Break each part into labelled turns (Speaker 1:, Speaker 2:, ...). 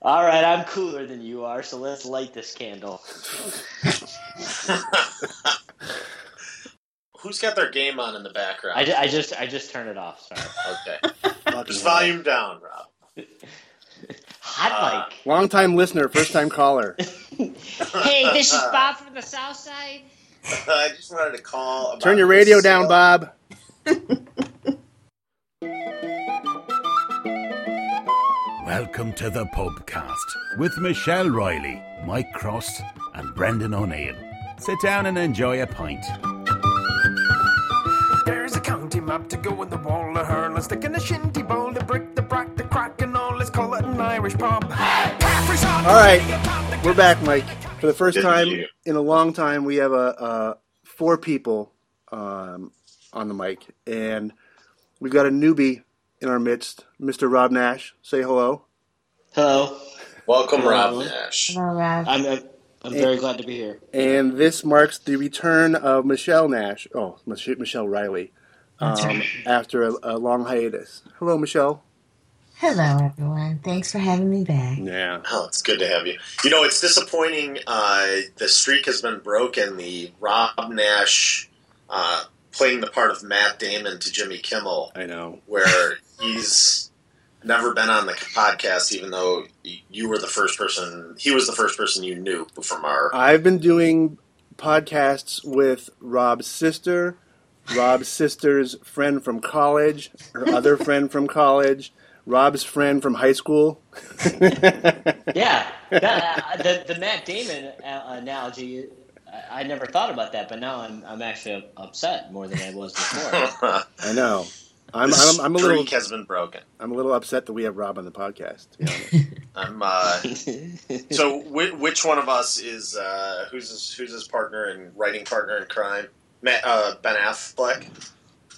Speaker 1: All right, I'm cooler than you are, so let's light this candle.
Speaker 2: Who's got their game on in the background?
Speaker 1: I, ju- I just I just turned it off. Sorry.
Speaker 2: okay.
Speaker 3: Fucking
Speaker 2: Just
Speaker 3: hell.
Speaker 2: volume down, Rob.
Speaker 1: Hot mic.
Speaker 3: Long-time listener, first-time caller.
Speaker 4: Hey, this is Bob from the South Side.
Speaker 2: Uh, I just wanted to call. About
Speaker 3: Turn your
Speaker 2: this uh,
Speaker 3: radio down,
Speaker 2: sale.
Speaker 3: Bob.
Speaker 5: Welcome to the Pubcast with Michelle Riley, Mike Cross, and Brendan O'Neill. Sit down and enjoy a pint.
Speaker 6: There's a county map to go in the wall, a hurl, a stick and a shinty bowl, the brick, the brack, the crack, and all. Let's call it an Irish pub.
Speaker 3: All right, we're back, Mike. For the first
Speaker 2: Good to
Speaker 3: time
Speaker 2: see you.
Speaker 3: in a long time, we have a, uh four people um, on the mic, and we've got a newbie in our midst, Mr. Rob Nash. Say hello.
Speaker 1: Hello.
Speaker 2: Welcome, Rob
Speaker 1: Hello.
Speaker 2: Nash.
Speaker 1: I'm I'm, I'm very glad to be here.
Speaker 3: And this marks the return of Michelle Nash. Oh, Mich- Michelle Riley. Um, after a, a long hiatus. Hello, Michelle.
Speaker 7: Hello, everyone. Thanks for having me back.
Speaker 3: Yeah.
Speaker 2: Oh, it's good to have you. You know, it's disappointing. Uh, the streak has been broken. The Rob Nash uh, playing the part of Matt Damon to Jimmy Kimmel,
Speaker 3: I know.
Speaker 2: where he's never been on the podcast, even though y- you were the first person. He was the first person you knew from our.
Speaker 3: I've been doing podcasts with Rob's sister, Rob's sister's friend from college, her other friend from college, Rob's friend from high school.
Speaker 1: Yeah. That, uh, the the Matt Damon a- analogy. I, I never thought about that, but now I'm I'm actually upset more than I was before.
Speaker 3: I know. I'm,
Speaker 2: The
Speaker 3: I'm, I'm a little
Speaker 2: streak has been broken.
Speaker 3: I'm a little upset that we have Rob on the podcast. to be honest.
Speaker 2: I'm. Uh, so, whi which one of us is uh, who's his, who's his partner and writing partner in crime? Ma- uh, ben Affleck.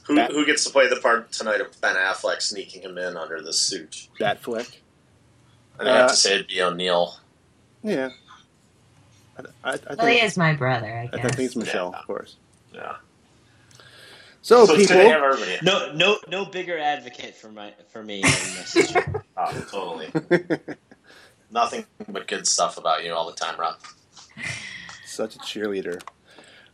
Speaker 2: Who,
Speaker 3: Bat-
Speaker 2: who gets to play the part tonight of Ben Affleck sneaking him in under the suit?
Speaker 3: Bat flick.
Speaker 2: And I have
Speaker 3: Uh,
Speaker 2: to say it'd be O'Neill.
Speaker 3: Yeah. I, I, I think,
Speaker 7: Well, he is my brother, I
Speaker 3: I
Speaker 7: guess.
Speaker 3: think it's Michelle,
Speaker 2: Yeah.
Speaker 3: of course.
Speaker 2: Yeah.
Speaker 3: So,
Speaker 2: so it's
Speaker 3: oh, people,
Speaker 2: good to have everybody. in.
Speaker 1: no no no bigger advocate for my for me than my sister.
Speaker 2: Oh, totally. Nothing but good stuff about you all the time, Rob.
Speaker 3: Such a cheerleader.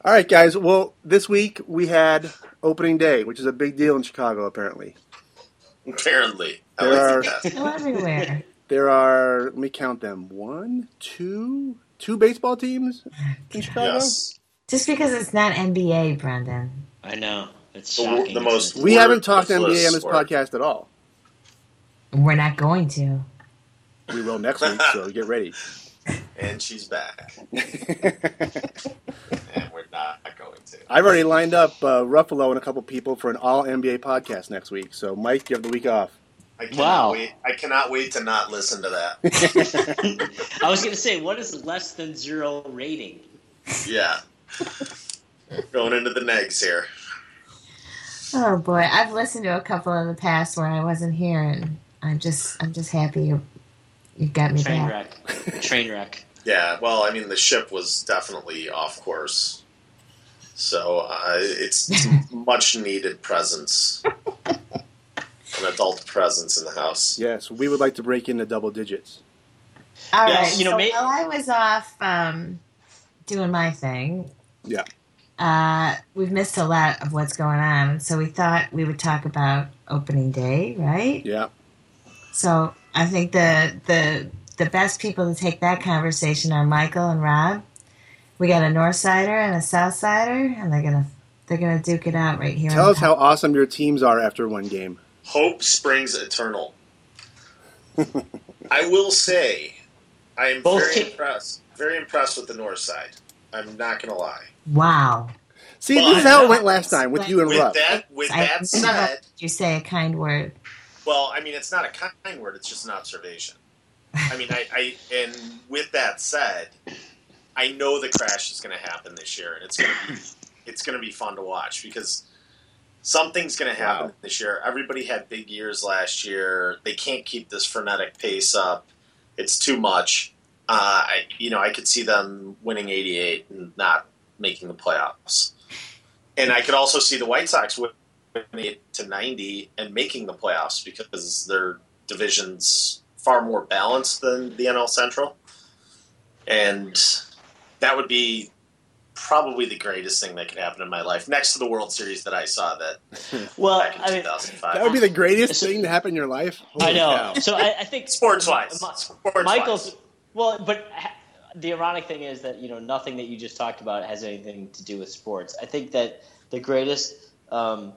Speaker 3: All right, guys. Well, this week we had opening day, which is a big deal in Chicago, apparently.
Speaker 2: Apparently, I
Speaker 3: There
Speaker 2: like
Speaker 3: are-
Speaker 2: that.
Speaker 7: Still everywhere.
Speaker 3: There are, let me count them, one, two, two baseball teams in Chicago?
Speaker 2: Yes,
Speaker 7: Just because it's not NBA, Brendan.
Speaker 1: I know. It's
Speaker 2: The wo-
Speaker 1: shocking.
Speaker 2: the
Speaker 1: isn't
Speaker 2: most-
Speaker 1: it?
Speaker 3: We
Speaker 2: Word
Speaker 3: haven't talked
Speaker 2: is
Speaker 3: NBA on this
Speaker 2: list, word.
Speaker 3: podcast at all.
Speaker 7: We're not going to.
Speaker 3: We will next week, so get ready.
Speaker 2: and she's back, and we're not going to.
Speaker 3: I've already lined up uh, Ruffalo and a couple people for an all NBA podcast next week. So, Mike, you have the week off.
Speaker 2: I cannot
Speaker 1: Wow.
Speaker 2: Wait, I cannot wait to not listen to that.
Speaker 1: I was gonna say, what is less than zero rating?
Speaker 2: Yeah. Going into the negs here.
Speaker 7: Oh boy, I've listened to a couple in the past where I wasn't here, and I'm just, I'm just happy you, you got me
Speaker 1: Train
Speaker 7: back.
Speaker 1: wreck. Train wreck.
Speaker 2: Yeah, well, I mean, the ship was definitely off course. So uh, it's it's much needed presence. An adult presence in the house.
Speaker 3: Yes, we would like to break into double digits.
Speaker 7: All right.
Speaker 1: Yeah, you know,
Speaker 7: so
Speaker 1: may-
Speaker 7: while I was off um, doing my thing,
Speaker 3: Yeah.
Speaker 7: uh, we've missed a lot of what's going on. So we thought we would talk about opening day, right?
Speaker 3: Yeah.
Speaker 7: So I think the the the best people to take that conversation are Michael and Rob. We got a north sider and a south sider, and they're gonna they're gonna duke it out right here.
Speaker 3: Tell
Speaker 7: on
Speaker 3: us how awesome your teams are after one game.
Speaker 2: Hope springs eternal. I will say, I am
Speaker 1: Both
Speaker 2: very
Speaker 1: team-
Speaker 2: impressed. Very impressed with the north side. I'm not going to lie.
Speaker 7: Wow!
Speaker 3: See,
Speaker 2: Well,
Speaker 3: this is how
Speaker 2: I
Speaker 3: it went last time with you and
Speaker 2: With
Speaker 3: Rob.
Speaker 2: that, with
Speaker 7: I
Speaker 2: that
Speaker 7: never
Speaker 2: said,
Speaker 7: heard you say a kind word.
Speaker 2: Well, I mean, it's not a kind word; it's just an observation. I mean, I, I and with that said, I know the crash is going to happen this year, and it's going to be it's going to be fun to watch because something's going to happen
Speaker 3: Wow.
Speaker 2: this year. Everybody had big years last year; they can't keep this frenetic pace up. It's too much. Uh, I, you know, I could see them winning eighty-eight and not making the playoffs, and I could also see the White Sox win 78 to 90 and making the playoffs because their division's far more balanced than the NL Central, and that would be probably the greatest thing that could happen in my life, next to the World Series that I saw that
Speaker 1: Well,
Speaker 2: back in
Speaker 1: I mean,
Speaker 2: 2005.
Speaker 3: That would be the greatest thing to happen in your life.
Speaker 1: I
Speaker 3: Holy
Speaker 1: know.
Speaker 3: cow.
Speaker 1: So I, I think
Speaker 2: sports wise.
Speaker 1: Ma-
Speaker 2: Sports
Speaker 1: Michael's well, but ha- the ironic thing is that you know nothing that you just talked about has anything to do with sports. I think that the greatest um,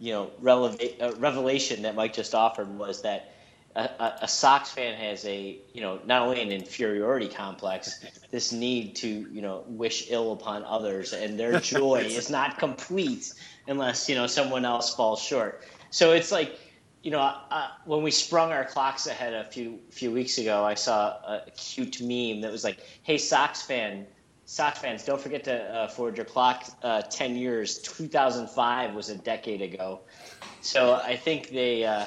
Speaker 1: you know releva- uh, revelation that Mike just offered was that a, a, a Sox fan has a you know not only an inferiority complex, this need to you know wish ill upon others, and their joy is not complete unless you know someone else falls short. So it's like you know, uh, when we sprung our clocks ahead a few few weeks ago, I saw a cute meme that was like, "Hey, Sox fan, Sox fans, don't forget to uh, forward your clock uh, ten years. 2005 was a decade ago." So I think they, uh,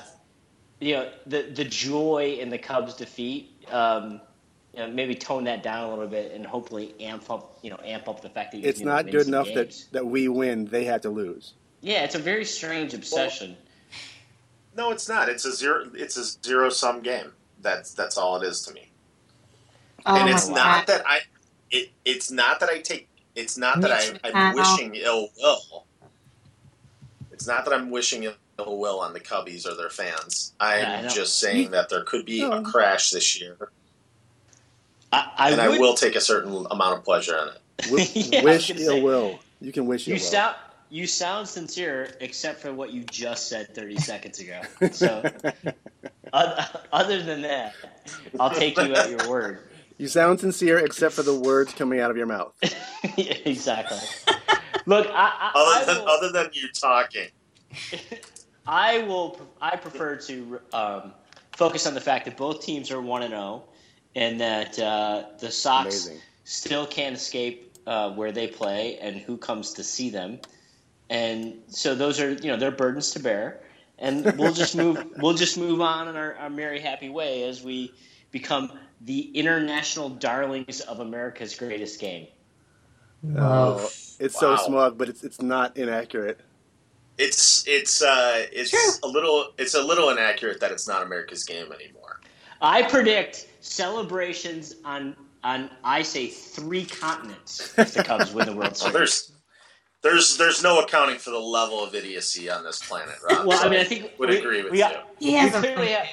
Speaker 1: you know, the the joy in the Cubs' defeat, um, you know, maybe tone that down a little bit and hopefully amp up, you know, amp up the fact that you
Speaker 3: It's
Speaker 1: can
Speaker 3: not
Speaker 1: win
Speaker 3: good
Speaker 1: some
Speaker 3: enough that,
Speaker 1: games.
Speaker 3: that we win. They had to lose.
Speaker 1: yeah, it's a very strange obsession.
Speaker 2: No, it's not. It's a zero. It's a zero sum game. That's that's all it is to me.
Speaker 7: Oh
Speaker 2: and
Speaker 7: my
Speaker 2: it's
Speaker 7: God.
Speaker 2: not that I. It, it's not that I take. It's not that I, I'm
Speaker 7: Mitch McConnell.
Speaker 2: wishing ill will. It's not that I'm wishing ill will on the Cubbies or their fans. I
Speaker 1: Yeah, I
Speaker 2: am
Speaker 1: know.
Speaker 2: just saying that there could be
Speaker 3: No.
Speaker 2: a crash this year,
Speaker 1: I,
Speaker 2: and I
Speaker 1: would-
Speaker 2: will take a certain amount of pleasure in it.
Speaker 3: W-
Speaker 1: Yeah, I was
Speaker 3: wish ill
Speaker 1: gonna say.
Speaker 3: will. You can wish
Speaker 1: You
Speaker 3: ill will.
Speaker 1: sound you sound sincere, except for what you just said thirty seconds ago. So, oth- other than that, I'll take you at your word.
Speaker 3: you sound sincere except for the words coming out of your mouth.
Speaker 1: exactly. Look, I, I,
Speaker 2: Other
Speaker 1: I,
Speaker 2: than
Speaker 1: will,
Speaker 2: other than you talking,
Speaker 1: I will. I prefer to um, focus on the fact that both teams are one and zero, and that uh, the Sox
Speaker 3: Amazing.
Speaker 1: still can't escape uh, where they play and who comes to see them. And so those are you know their burdens to bear, and we'll just move we'll just move on in our, our merry happy way as we become the international darlings of America's greatest game.
Speaker 3: Oh, it's
Speaker 2: Wow.
Speaker 3: so smug, but it's it's not inaccurate.
Speaker 2: it's it's uh, it's
Speaker 7: True.
Speaker 2: a little it's a little inaccurate that it's not America's game anymore.
Speaker 1: I predict celebrations on on I say three continents if the Cubs win the World
Speaker 2: Well,
Speaker 1: Series.
Speaker 2: there's there's there's no accounting for the level of idiocy on this planet, Rob.
Speaker 1: Well, I
Speaker 2: so
Speaker 1: mean, I think
Speaker 2: would
Speaker 1: we-
Speaker 2: agree with
Speaker 1: we-
Speaker 2: you.
Speaker 7: He
Speaker 1: we
Speaker 7: has a
Speaker 1: clearly have,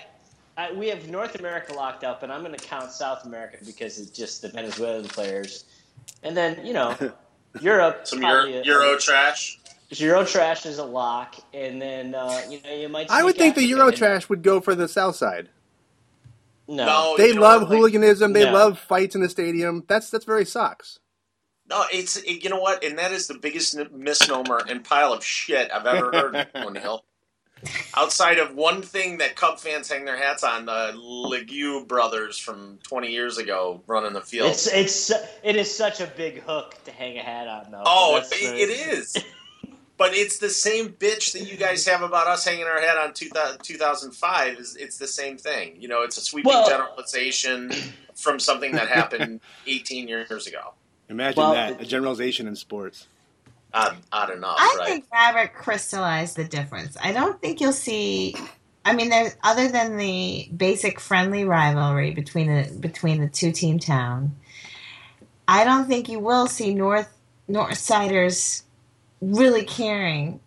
Speaker 1: uh, we have North America locked up, and I'm going to count South America because it's just the Venezuelan players, and then you know Europe.
Speaker 2: Some Euro,
Speaker 1: probably a-
Speaker 2: Euro trash.
Speaker 1: Euro trash is a lock, and then uh, you know you might.
Speaker 3: I would
Speaker 1: sneak
Speaker 3: think the
Speaker 1: Africa in.
Speaker 3: Eurotrash would go for the South Side.
Speaker 1: No.
Speaker 2: No,
Speaker 3: They
Speaker 2: you know
Speaker 3: love
Speaker 2: what, like-
Speaker 3: hooliganism. They
Speaker 1: No.
Speaker 3: love fights in the stadium. That's that's very Sox.
Speaker 2: No, it's it, you know what, and that is the biggest n- misnomer and pile of shit I've ever heard, O'Neill. Outside of one thing that Cub fans hang their hats on, the Lemieux brothers from 20 years ago running the field.
Speaker 1: It's it's su- it is such a big hook to hang a hat on though.
Speaker 2: oh, it,
Speaker 1: That's the-
Speaker 2: it is. But it's the same bitch that you guys have about us hanging our head on 2000, 2005. Is it's the same thing? You know, it's a sweeping
Speaker 1: Well-
Speaker 2: generalization from something that happened 18 years ago.
Speaker 3: Imagine
Speaker 1: Well,
Speaker 3: that
Speaker 1: the-
Speaker 3: a generalization in sports.
Speaker 2: Odd, odd enough,
Speaker 7: I
Speaker 2: right?
Speaker 7: think Robert crystallized the difference. I don't think you'll see. I mean, there's other than the basic friendly rivalry between the between the two team town. I don't think you will see North North Siders really caring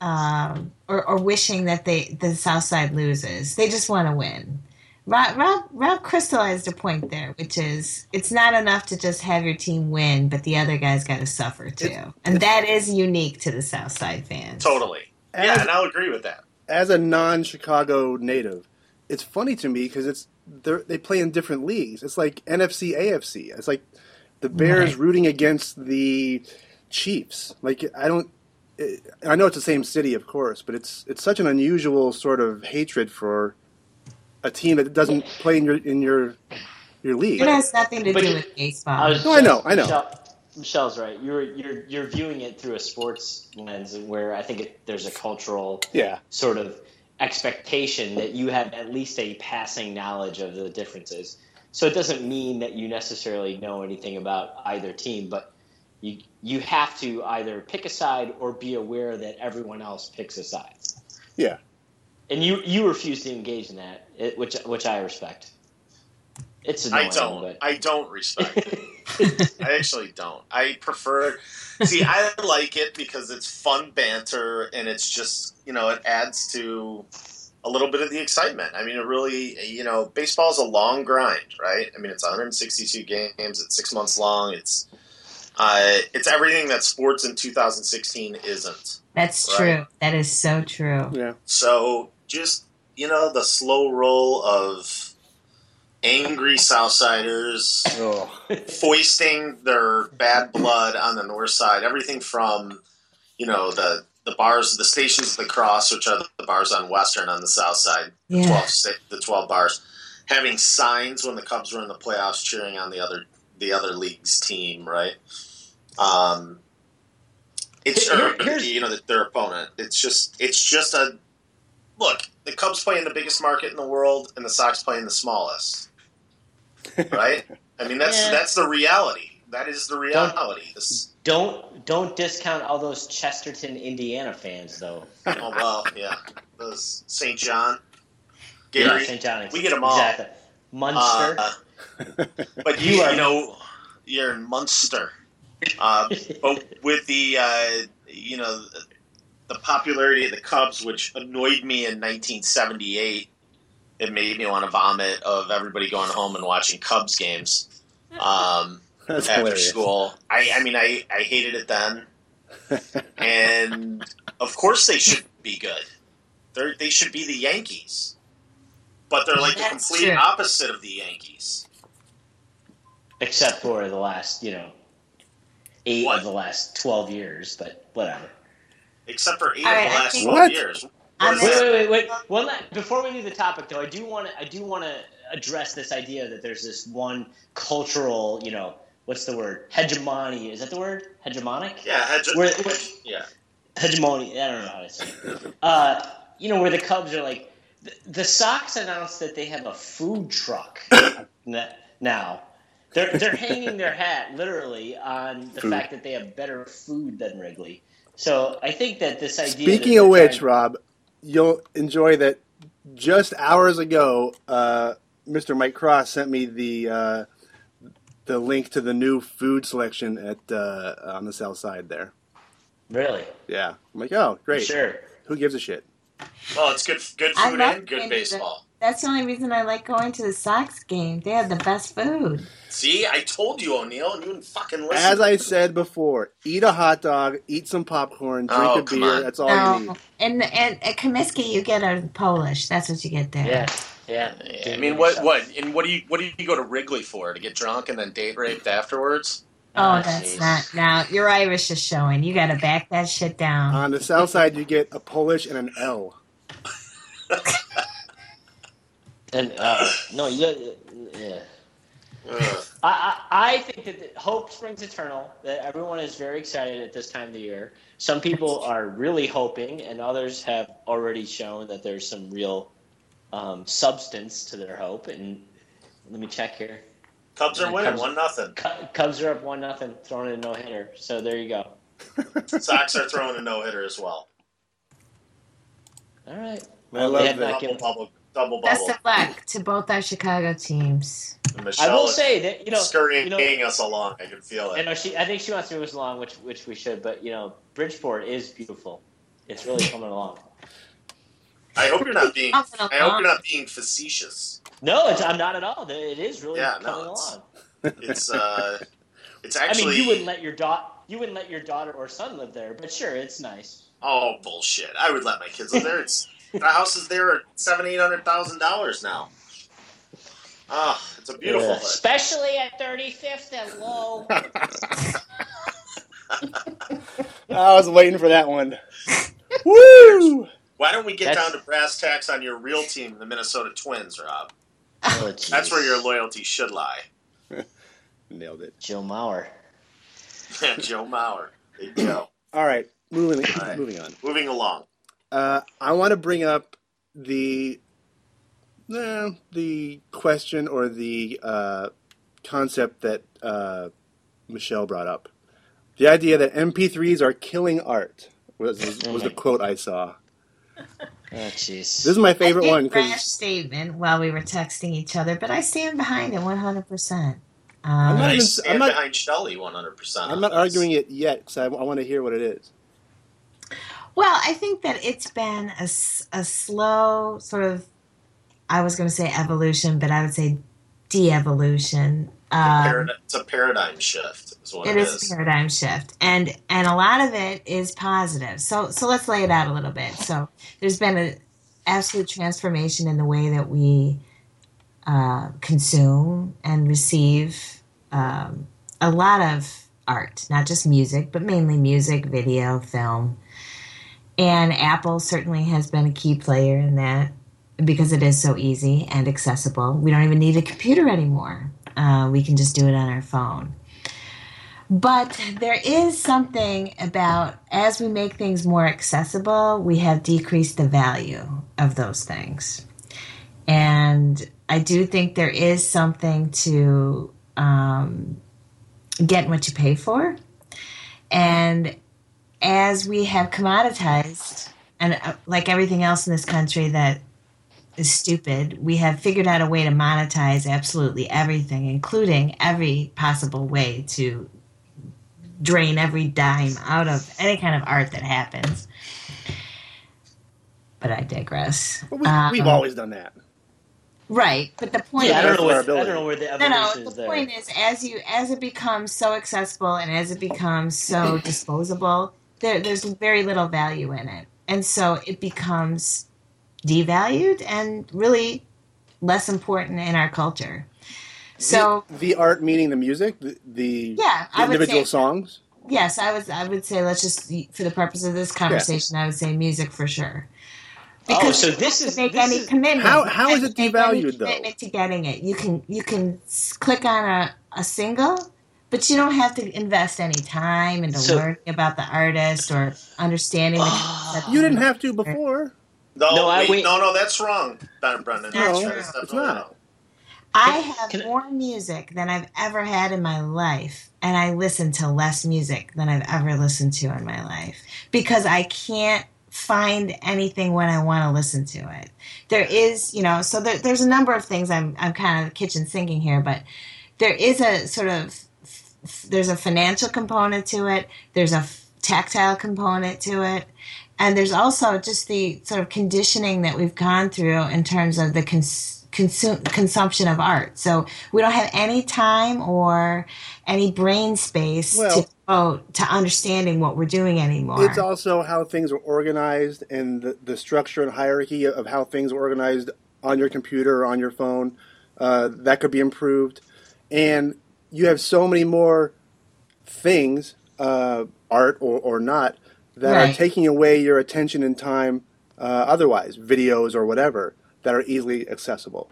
Speaker 7: um, or, or wishing that they the South Side loses. They just want to win. Rob, Rob, Rob crystallized a point there, which is it's not enough to just have your team win, but the other guy's got to suffer too, and that is unique to the South Side fans.
Speaker 2: Totally.
Speaker 3: As-
Speaker 2: Yeah, and I'll agree with that.
Speaker 3: as a non-Chicago native, it's funny to me because it's they're- they play in different leagues. It's like NFC, AFC. It's like the Bears
Speaker 7: Right.
Speaker 3: rooting against the Chiefs. Like I don't, it, I know it's the same city, of course, but it's it's such an unusual sort of hatred for a team that doesn't play in your in your your league.
Speaker 7: It has nothing to
Speaker 1: But-
Speaker 7: do with
Speaker 1: I
Speaker 7: baseball.
Speaker 1: was
Speaker 3: No, I know, I know.
Speaker 1: Michelle, Michelle's right. You're you're you're viewing it through a sports lens, where I think it, there's a cultural
Speaker 3: Yeah,
Speaker 1: sort of expectation that you have at least a passing knowledge of the differences. So it doesn't mean that you necessarily know anything about either team, but you you have to either pick a side or be aware that everyone else picks a side.
Speaker 3: yeah.
Speaker 1: and you you refuse to engage in that, it- which which I respect. It's annoying,
Speaker 2: I don't.
Speaker 1: but
Speaker 2: I don't respect it. I actually don't. I prefer. See, I like it because it's fun banter, and it's just you know it adds to a little bit of the excitement. I mean, it really you know baseball's a long grind, right? I mean, it's 162 games. It's six months long. It's uh, it's everything that sports in 2016 isn't.
Speaker 7: That's
Speaker 2: Right.
Speaker 7: true. That is so true.
Speaker 3: Yeah.
Speaker 2: So just you know the slow roll of angry Southsiders foisting their bad blood on the North Side. Everything from you know the the bars, the stations of the cross, which are the bars on Western on the South Side, the
Speaker 7: Yeah.
Speaker 2: twelve sta- the twelve bars, having signs when the Cubs were in the playoffs, cheering on the other the other league's team, right? Um, it's
Speaker 1: Here-
Speaker 2: or,
Speaker 1: here's-
Speaker 2: you know their opponent. It's just it's just a look. The Cubs play in the biggest market in the world, and the Sox play in the smallest. Right? I mean that's
Speaker 1: Yeah.
Speaker 2: that's the reality. That is the reality. This,
Speaker 1: don't don't discount all those Chesterton, Indiana fans though.
Speaker 2: oh well, yeah. Those St. John,
Speaker 1: Yeah,
Speaker 2: Gary,
Speaker 1: St. John's.
Speaker 2: we get 'em all.
Speaker 1: Exactly. Munster.
Speaker 2: Uh, but you,
Speaker 1: You are-
Speaker 2: you know, you're in Munster. Uh, but with the, uh, you know, the popularity of the Cubs, which annoyed me in 1978, it made me want to vomit of everybody going home and watching Cubs games um,
Speaker 3: That's
Speaker 2: after
Speaker 3: hilarious.
Speaker 2: school. I, I mean, I, I hated it then. and of course they should be good. They're, they should be the Yankees. But they're like the
Speaker 7: That's
Speaker 2: complete
Speaker 7: true.
Speaker 2: opposite of the Yankees.
Speaker 1: except for the last, you know, eight
Speaker 2: What?
Speaker 1: of the last twelve years. But whatever.
Speaker 2: except for eight
Speaker 7: All
Speaker 2: of
Speaker 7: right,
Speaker 2: the
Speaker 7: I
Speaker 2: last
Speaker 7: think-
Speaker 2: twelve
Speaker 3: What?
Speaker 2: years.
Speaker 7: I'm
Speaker 2: What is
Speaker 1: Wait,
Speaker 2: that?
Speaker 1: wait, wait, wait. One la- before we leave the topic, though, I do want to I do want to address this idea that there's this one cultural, you know, what's the word? Hegemony. Is that the word? Hegemonic.
Speaker 2: Yeah, hedge-
Speaker 1: Where- where-
Speaker 2: yeah.
Speaker 1: hegemony. I don't know how to say. It. Uh, you know where the Cubs are like the, the Sox announced that they have a food truck n- now. They're they're hanging their hat literally on the
Speaker 3: Food.
Speaker 1: fact that they have better food than Wrigley. So I think that this idea. that
Speaker 3: Speaking
Speaker 1: they're
Speaker 3: of which,
Speaker 1: trying-
Speaker 3: Rob, you'll enjoy that. Just hours ago, uh, Mr. Mike Cross sent me the uh, the link to the new food selection at uh, on the south side there.
Speaker 1: really,
Speaker 3: Yeah, I'm like, oh, great.
Speaker 1: sure.
Speaker 3: Who gives a shit?
Speaker 2: Well, it's good, good
Speaker 7: I
Speaker 2: food
Speaker 7: love
Speaker 2: and good
Speaker 7: candy,
Speaker 2: baseball.
Speaker 7: That's the only reason I like going to the Sox game. They have the best food.
Speaker 2: See, I told you, O'Neill, and you didn't fucking listen.
Speaker 3: As I said before, eat a hot dog, eat some popcorn, drink
Speaker 2: Oh,
Speaker 3: a
Speaker 2: come
Speaker 3: beer.
Speaker 2: on.
Speaker 3: That's all you
Speaker 7: No,
Speaker 3: need.
Speaker 7: and and at Comiskey you get a Polish. That's what you get there.
Speaker 1: Yeah, yeah.
Speaker 2: I mean, what, what, and what do you, what do you go to Wrigley for? To get drunk and then date raped afterwards?
Speaker 7: Oh,
Speaker 1: Oh,
Speaker 7: that's
Speaker 1: jeez.
Speaker 7: not now. Your Irish is showing. You got to back that shit down.
Speaker 3: On the south side, you get a Polish and an L.
Speaker 1: And uh, no, you, yeah.
Speaker 2: Ugh.
Speaker 1: I, I I think that the- hope springs eternal. That everyone is very excited at this time of the year. Some people are really hoping, and others have already shown that there's some real um, substance to their hope. And let me check here.
Speaker 2: Cubs are winning
Speaker 1: Cubs-
Speaker 2: one nothing.
Speaker 1: Cu- Cubs are up one nothing, throwing a no hitter. So there you go.
Speaker 2: Sox are throwing a no hitter as well.
Speaker 1: All right.
Speaker 3: I
Speaker 1: Well, they
Speaker 3: love
Speaker 1: have
Speaker 3: that.
Speaker 1: not
Speaker 2: Double
Speaker 1: given-
Speaker 2: bubble, double
Speaker 7: Best
Speaker 2: bubble.
Speaker 7: of luck to both our Chicago teams.
Speaker 2: And Michelle
Speaker 1: I will
Speaker 2: is
Speaker 1: say that you know,
Speaker 2: scurrying
Speaker 1: you know,
Speaker 2: us along. I can feel
Speaker 1: I
Speaker 2: it.
Speaker 1: know she. I think she wants to move us along, which which we should. But you know, Bridgeport is beautiful. It's really coming along.
Speaker 2: I hope you're not being. I
Speaker 7: Up and
Speaker 2: hope
Speaker 7: along.
Speaker 2: you're not being facetious.
Speaker 1: No, it's, I'm not at all. It is really
Speaker 2: Yeah, no,
Speaker 1: coming
Speaker 2: it's-
Speaker 1: along.
Speaker 2: It's uh, it's
Speaker 1: I
Speaker 2: actually.
Speaker 1: mean, you wouldn't let your daughter, you wouldn't let your daughter or son live there, but sure, it's nice.
Speaker 2: Oh bullshit! I would let my kids live there. It's the house is there at seven, eight hundred thousand dollars now. Ah, it's a beautiful
Speaker 1: Yeah.
Speaker 2: place.
Speaker 4: Especially at 35th and low.
Speaker 3: I was waiting for that one. Woo!
Speaker 2: Why don't we get
Speaker 1: That's-
Speaker 2: down to brass tacks on your real team, the Minnesota Twins, Rob?
Speaker 1: Oh,
Speaker 2: That's
Speaker 1: jeez.
Speaker 2: where your loyalty should lie.
Speaker 3: Nailed it.
Speaker 1: Joe Mauer.
Speaker 2: Joe Mauer. Big Joe.
Speaker 3: All right, moving
Speaker 2: All right.
Speaker 3: moving on.
Speaker 2: Moving along.
Speaker 3: Uh, I want to bring up the eh, the question or the uh, concept that uh, Michelle brought up. The idea that MP3s are killing art was was, was the quote I saw.
Speaker 1: Oh, jeez.
Speaker 3: This is my favorite
Speaker 7: I did
Speaker 3: one
Speaker 7: Rash
Speaker 3: because
Speaker 7: statement while we were texting each other, but I stand behind it 100%.
Speaker 3: I'm
Speaker 7: Um,
Speaker 3: not
Speaker 2: I
Speaker 3: even-
Speaker 2: stand
Speaker 3: I'm not-
Speaker 2: behind Shelley 100%.
Speaker 3: I'm not arguing it yet because I, want to hear what it is.
Speaker 7: well, I think that it's been a, s- a slow sort of, I was going to say evolution, but I would say de evolution. Um,
Speaker 2: it's a paradigm shift, is what
Speaker 7: it is a paradigm shift and and a lot of it is positive so so let's lay it out a little bit so there's been an absolute transformation in the way that we uh, consume and receive um, a lot of art not just music but mainly music video film and apple certainly has been a key player in that because it is so easy and accessible we don't even need a computer anymore uh, we can just do it on our phone but there is something about as we make things more accessible, we have decreased the value of those things. And I do think there is something to um, getting what you pay for. And as we have commoditized, and uh, like everything else in this country that is stupid, we have figured out a way to monetize absolutely everything, including every possible way to drain every dime out of any kind of art that happens. But I digress.
Speaker 3: But we,
Speaker 7: Um,
Speaker 3: we've always done that.
Speaker 7: right. But the point
Speaker 1: yeah, I don't
Speaker 7: is,
Speaker 1: know. Where, I
Speaker 3: Ability.
Speaker 1: don't know where the
Speaker 7: no,
Speaker 1: evolution
Speaker 7: no.
Speaker 1: is
Speaker 7: The
Speaker 1: there.
Speaker 7: point is, as you as it becomes so accessible and as it becomes so disposable, there, there's very little value in it, and so it becomes devalued and really less important in our culture. So
Speaker 3: the, the art meaning the music, the, the,
Speaker 7: yeah,
Speaker 3: the
Speaker 7: I would
Speaker 3: individual
Speaker 7: say
Speaker 3: songs.
Speaker 7: Yes, I was. I would say let's just for the purpose of this conversation, I would say music for sure.
Speaker 1: oh,
Speaker 7: Because
Speaker 1: so
Speaker 7: you
Speaker 1: this
Speaker 7: have
Speaker 1: is
Speaker 7: to make
Speaker 1: this
Speaker 7: any
Speaker 1: is-
Speaker 7: commitment.
Speaker 3: How- how
Speaker 7: You
Speaker 3: is
Speaker 7: have
Speaker 3: it
Speaker 7: to make any
Speaker 3: devalued, though?
Speaker 7: Commitment to getting it. You can you can s- click on a, a single, but you don't have to invest any time into
Speaker 1: So-
Speaker 7: learning about the artist or understanding. the concept.
Speaker 3: You didn't have to before.
Speaker 2: No,
Speaker 1: No, I
Speaker 2: wait,
Speaker 1: wait-
Speaker 2: no, no, that's wrong, Ben Brendan.
Speaker 7: not
Speaker 2: That's
Speaker 7: true.
Speaker 2: that's
Speaker 3: It's
Speaker 2: definitely
Speaker 3: not.
Speaker 2: wrong.
Speaker 7: I have
Speaker 1: can I-
Speaker 7: more music than I've ever had in my life, and I listen to less music than I've ever listened to in my life because I can't find anything when I want to listen to it. There is, you know, so there, there's a number of things I'm I'm kind of kitchen sinking here, but there is a sort of f- there's a financial component to it. There's a f- tactile component to it. And there's also just the sort of conditioning that we've gone through in terms of the cons- consum- consumption of art. So we don't have any time or any brain space
Speaker 3: Well-
Speaker 7: to devote to understanding what we're doing anymore.
Speaker 3: It's also how things are organized and the, the structure and hierarchy of how things are organized on your computer or on your phone. Uh, that could be improved. And you have so many more things, uh, art or, or not, that are
Speaker 7: Right.
Speaker 3: taking away your attention and time uh, otherwise, videos or whatever, that are easily accessible.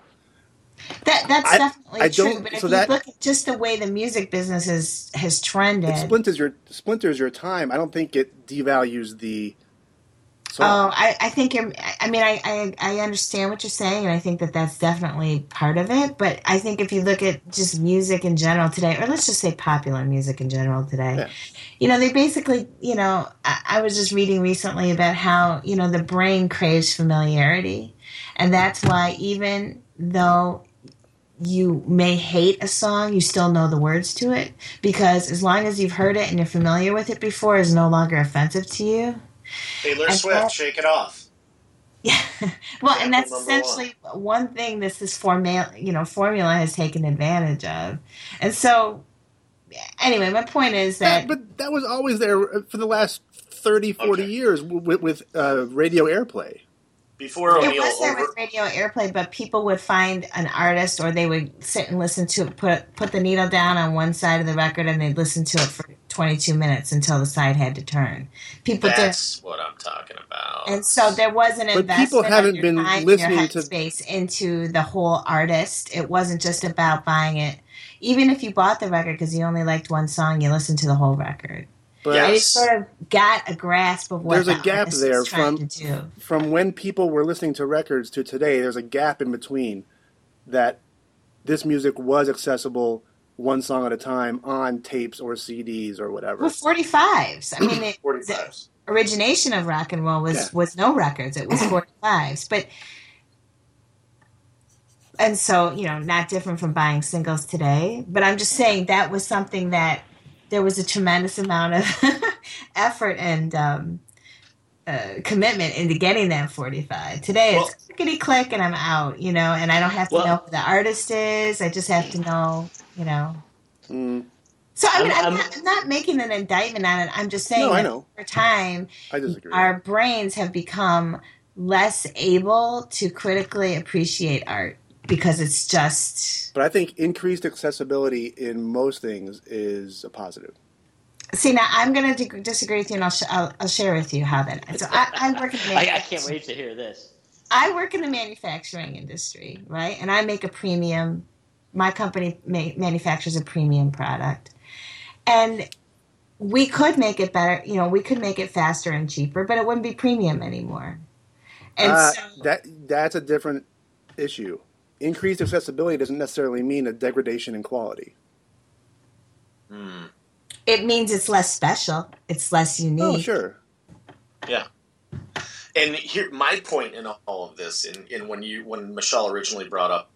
Speaker 7: that, that's
Speaker 3: I-
Speaker 7: definitely
Speaker 3: I
Speaker 7: true.
Speaker 3: don't-
Speaker 7: But
Speaker 3: so
Speaker 7: if you
Speaker 3: that-
Speaker 7: look at just the way the music business has, has trended.
Speaker 3: It splinters your splinters your time. I don't think it devalues the
Speaker 7: Oh,
Speaker 3: song.
Speaker 7: I, I think you're. I mean, I, I I understand what you're saying, and I think that that's definitely part of it. But I think if you look at just music in general today, or let's just say popular music in general today,
Speaker 3: Yeah.
Speaker 7: you know, they basically, you know, I, I was just reading recently about how you know the brain craves familiarity, and that's why even though you may hate a song, you still know the words to it because as long as you've heard it and you're familiar with it before, is no longer offensive to you.
Speaker 2: Taylor
Speaker 7: I
Speaker 2: Swift,
Speaker 7: thought-
Speaker 2: shake it off.
Speaker 7: Yeah. Well, and that's
Speaker 2: Example number
Speaker 7: essentially one. thing this is formula, you know, formula has taken advantage of. And so anyway, my point is
Speaker 3: That-
Speaker 7: that
Speaker 3: but that was always there for the last 30, 40
Speaker 2: Okay.
Speaker 3: years with, with uh, radio airplay.
Speaker 2: Before
Speaker 7: it
Speaker 2: O'Neill
Speaker 7: was there
Speaker 2: over,
Speaker 7: with radio airplay, but people would find an artist or they would sit and listen to it, put put the needle down on one side of the record and they'd listen to it for 22 minutes until the side had to turn. People did
Speaker 2: that's what I'm talking about.
Speaker 7: and so there was an
Speaker 3: people
Speaker 7: investment. of
Speaker 3: haven't
Speaker 7: your
Speaker 3: been
Speaker 7: time and
Speaker 3: listening
Speaker 7: your
Speaker 3: to-
Speaker 7: space into the whole artist. It wasn't just about buying it. Even if you bought the record because you only liked one song, you listened to the whole record.
Speaker 3: But
Speaker 2: Yeah.
Speaker 7: And you
Speaker 2: Yes.
Speaker 7: sort of got a grasp of what
Speaker 3: There's a
Speaker 7: the
Speaker 3: gap
Speaker 7: artist
Speaker 3: there
Speaker 7: is trying
Speaker 3: from-
Speaker 7: to do.
Speaker 3: from when people were listening to records to today, there's a gap in between that this music was accessible one song at a time on tapes or CDs or whatever.
Speaker 7: Well, 45s. I mean, it,
Speaker 2: 45s.
Speaker 7: origination of rock and roll was
Speaker 3: Yeah.
Speaker 7: was no records. It was four fives, but and so you know, not different from buying singles today. But I'm just saying that was something that there was a tremendous amount of effort and um, uh, commitment into getting that 45. Today
Speaker 2: Well-
Speaker 7: it's clickety click and I'm out, you know, and I don't have to
Speaker 1: Well-
Speaker 7: know who the artist is. I just have to know, you know.
Speaker 3: Mm,
Speaker 7: So I mean,
Speaker 1: I'm-
Speaker 7: I'm,
Speaker 1: I'm-
Speaker 7: not, I'm not making an indictment on it. I'm just saying
Speaker 3: No, I
Speaker 7: that
Speaker 3: know.
Speaker 7: over time,
Speaker 3: I disagree.
Speaker 7: our brains have become less able to critically appreciate art because it's just.
Speaker 3: But I think increased accessibility in most things is a positive.
Speaker 7: See, now I'm going to disagree with you, and I'll, sh- I'll, I'll share with you how that. So I, I work in
Speaker 1: I, I can't wait to hear this.
Speaker 7: I work in the manufacturing industry, right? And I make a premium. My company ma- manufactures a premium product, and we could make it better. You know, we could make it faster and cheaper, but it wouldn't be premium anymore. And
Speaker 3: Uh,
Speaker 7: so,
Speaker 3: that that's a different issue. Increased accessibility doesn't necessarily mean a degradation in quality.
Speaker 2: Hmm.
Speaker 7: it means it's less special. It's less unique.
Speaker 3: Oh, sure.
Speaker 2: And here, my point in all of this, and, and when you when Michelle originally brought up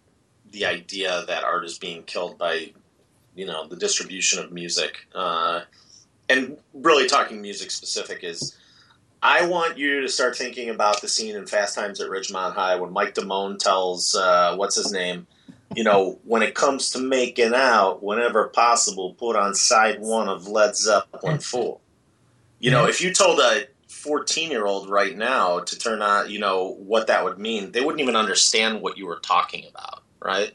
Speaker 2: the idea that art is being killed by, you know, the distribution of music, uh, and really talking music specific is, I want you to start thinking about the scene in Fast Times at Ridgemont High when Mike Damone tells uh, what's his name, you know, when it comes to making out, whenever possible, put on side one of Led Zeppelin four. You know, if you told a 14 year old right now to turn on, you know, what that would mean, they wouldn't even understand what you were talking about, right?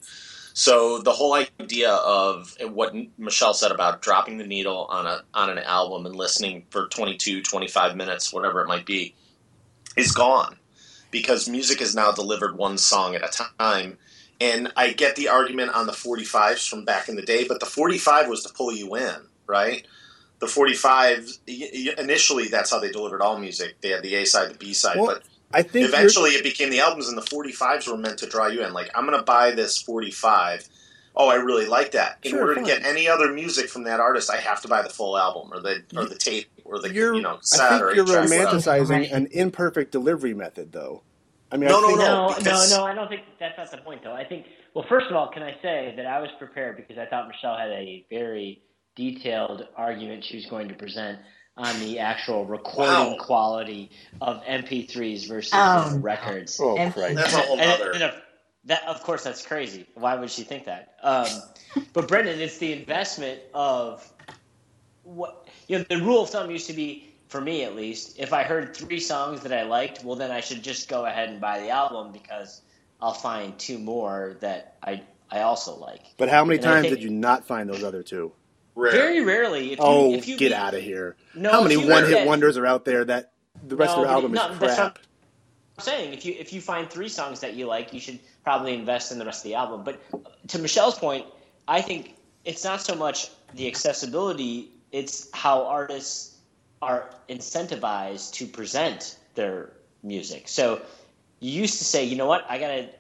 Speaker 2: So the whole idea of what Michelle said about dropping the needle on a on an album and listening for 22, 25 minutes, whatever it might be, is gone because music is now delivered one song at a time. And I get the argument on the 45s from back in the day, but the 45 was to pull you in, right? the 45 y- y- initially that's how they delivered all music they had the a side the b side
Speaker 3: Well,
Speaker 2: but
Speaker 3: I think you're-
Speaker 2: eventually it became the albums and the 45s were meant to draw you in like i'm going to buy this 45 oh i really like that in
Speaker 3: Sure,
Speaker 2: order
Speaker 3: fine.
Speaker 2: to get any other music from that artist i have to buy the full album or the or the tape or the
Speaker 3: you're,
Speaker 2: you know
Speaker 3: I
Speaker 2: cassette or
Speaker 3: think you're
Speaker 2: eight-track, whatever.
Speaker 3: romanticizing an imperfect delivery method, though. I mean,
Speaker 2: No,
Speaker 3: I
Speaker 2: Oh, no,
Speaker 3: think,
Speaker 1: No, no,
Speaker 2: because-
Speaker 1: no. I don't think that's not the point, though. I think. Well, first of all, can I say that I was prepared because I thought Michelle had a very detailed argument she was going to present on the actual recording
Speaker 2: Wow.
Speaker 1: quality of MP3s versus you
Speaker 7: Oh,
Speaker 1: know,
Speaker 7: no.
Speaker 1: records.
Speaker 3: Oh,
Speaker 7: And-
Speaker 3: Christ.
Speaker 2: that's a whole
Speaker 1: And-
Speaker 2: other
Speaker 1: and of- that, of course, that's crazy. Why would she think that? Um, but Brendan, it's the investment of what you know. The rule of thumb used to be, for me at least, if I heard three songs that I liked, well, then I should just go ahead and buy the album because I'll find two more that I I also like.
Speaker 3: But how many
Speaker 1: And I
Speaker 3: times
Speaker 1: think-
Speaker 3: did you not find those other two?
Speaker 2: rare.
Speaker 1: Very rarely, if you,
Speaker 3: Oh,
Speaker 1: if you
Speaker 3: get
Speaker 1: read-
Speaker 3: out of here!
Speaker 1: No,
Speaker 3: how
Speaker 1: if
Speaker 3: many
Speaker 1: you read
Speaker 3: one-hit
Speaker 1: that-
Speaker 3: wonders are out there that the
Speaker 1: No,
Speaker 3: rest of their
Speaker 1: but-
Speaker 3: album
Speaker 1: no,
Speaker 3: is
Speaker 1: that's
Speaker 3: crap?
Speaker 1: not- I'm saying if you if you find three songs that you like, you should probably invest in the rest of the album. But to Michelle's point, I think it's not so much the accessibility; it's how artists are incentivized to present their music. So you used to say, you know what, I gotta,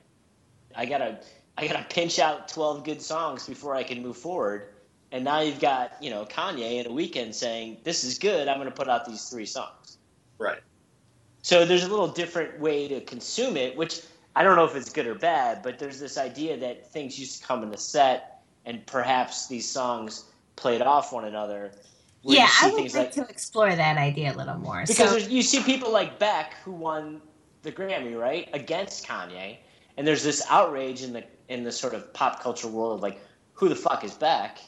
Speaker 1: I gotta, I gotta pinch out twelve good songs before I can move forward. And now you've got you know Kanye in a weekend saying, "This is good. I'm going to put out these three songs."
Speaker 2: right
Speaker 1: So there's a little different way to consume it, which I don't know if it's good or bad, but there's this idea that things used to come in a set, and perhaps these songs played off one another. where you
Speaker 7: yeah,
Speaker 1: see
Speaker 7: I would
Speaker 1: things
Speaker 7: like to explore that idea a little more.
Speaker 1: because
Speaker 7: so,
Speaker 1: there's you see people like Beck who won the Grammy right against Kanye, and there's this outrage in the in the sort of pop culture world, like who the fuck is Beck,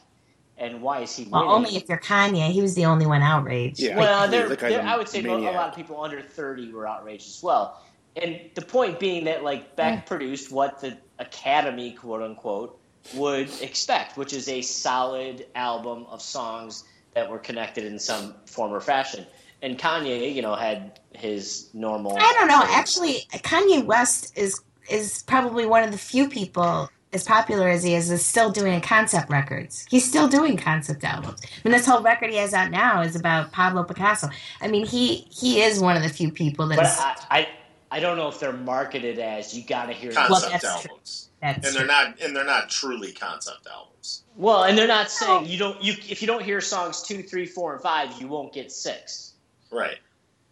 Speaker 1: and why is he
Speaker 7: well,
Speaker 1: winning?
Speaker 7: only if you're Kanye. He was the only one outraged.
Speaker 3: Yeah.
Speaker 1: Well,
Speaker 3: Like,
Speaker 1: there,
Speaker 3: like
Speaker 1: there,
Speaker 3: I'm
Speaker 1: I would say mo- a
Speaker 3: maniac.
Speaker 1: lot of people under 30 were outraged as well. And the point being that, like, Beck produced what the Academy, quote unquote, would expect, which is a solid album of songs that were connected in some form or fashion. And Kanye, you know, had his normal.
Speaker 7: I don't know.
Speaker 1: thing.
Speaker 7: Actually, Kanye West is is probably one of the few people as popular as he is is still doing concept records. He's still doing concept albums. I mean, this whole record he has out now is about Pablo Picasso. I mean, he he is one of the few people
Speaker 1: But
Speaker 7: that's
Speaker 1: I, I, I don't know if they're marketed as you got to hear this
Speaker 2: concept
Speaker 7: that's true.
Speaker 2: albums
Speaker 7: that's
Speaker 2: and they're not and they're not truly concept albums
Speaker 1: Well, and they're not saying you don't. You if you don't hear songs two, three, four, and five, you won't get six.
Speaker 2: right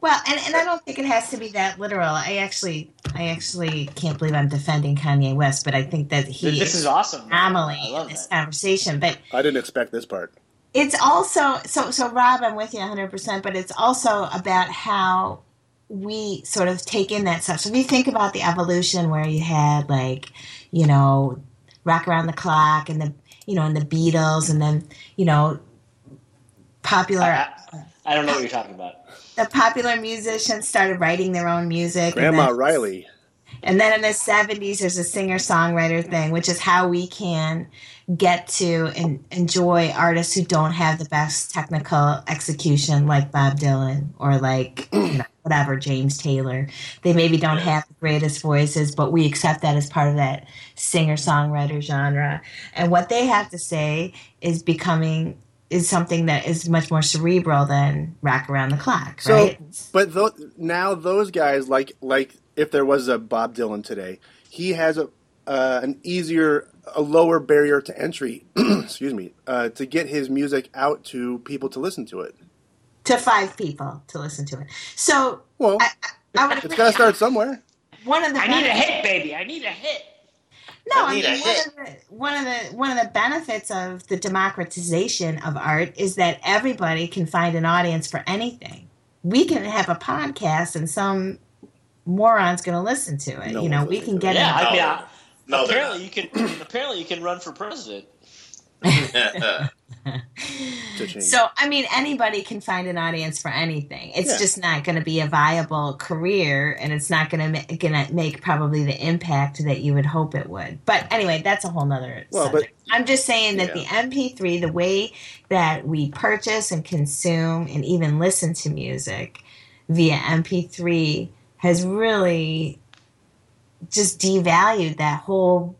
Speaker 7: Well, and, and I don't think it has to be that literal. I actually, I actually can't believe I'm defending Kanye West, but I think that he
Speaker 1: this is awesome. man.
Speaker 7: anomaly
Speaker 1: I
Speaker 7: in
Speaker 1: love
Speaker 7: this
Speaker 1: that.
Speaker 7: conversation. But
Speaker 3: I didn't expect this part.
Speaker 7: it's also so so rob i'm with you 100% but it's also about how we sort of take in that stuff so if you think about the evolution where you had like you know rock around the clock and the you know and the beatles and then you know popular
Speaker 1: I, I don't know what you're talking about.
Speaker 7: the popular musicians started writing their own music
Speaker 3: Grandma
Speaker 7: and then,
Speaker 3: Riley.
Speaker 7: and then in the 70s there's a singer songwriter thing which is how we can get to and enjoy artists who don't have the best technical execution like Bob Dylan or like you know, whatever James Taylor. They maybe don't have the greatest voices, but we accept that as part of that singer-songwriter genre. And what they have to say is becoming is something that is much more cerebral than rock around the clock,
Speaker 3: So,
Speaker 7: right?
Speaker 3: but tho- now those guys, like like if there was a Bob Dylan today, he has a uh, an easier, a lower barrier to entry. excuse me, uh, to get his music out to people to listen to it.
Speaker 7: to five people to listen to it. So
Speaker 3: Well,
Speaker 7: I, I, I would
Speaker 3: it's got to start somewhere.
Speaker 7: one of the
Speaker 4: I need a hit, baby. I need a hit.
Speaker 7: no,
Speaker 2: I
Speaker 7: I
Speaker 2: need
Speaker 7: mean
Speaker 2: a
Speaker 7: one
Speaker 2: hit.
Speaker 7: of, the, one of the one of the benefits of the democratization of art is that everybody can find an audience for anything. We can have a podcast and some moron's going to listen to it.
Speaker 3: No
Speaker 7: you know,
Speaker 3: one's
Speaker 7: we
Speaker 3: listening
Speaker 7: can
Speaker 3: to it.
Speaker 1: Yeah, I
Speaker 7: get it.
Speaker 1: mean,
Speaker 2: No,
Speaker 1: I-
Speaker 2: No, they're
Speaker 1: apparently you can. apparently you can run for president.
Speaker 2: not.
Speaker 3: To change.
Speaker 7: So, I mean, anybody can find an audience for anything. It's
Speaker 3: Yeah.
Speaker 7: just not going to be a viable career, and it's not going to going to make probably the impact that you would hope it would. But anyway, that's a whole nother.
Speaker 3: Well,
Speaker 7: subject. I'm just saying that
Speaker 3: Yeah.
Speaker 7: the MP3, the way that we purchase and consume and even listen to music via MP3, has really just devalued that whole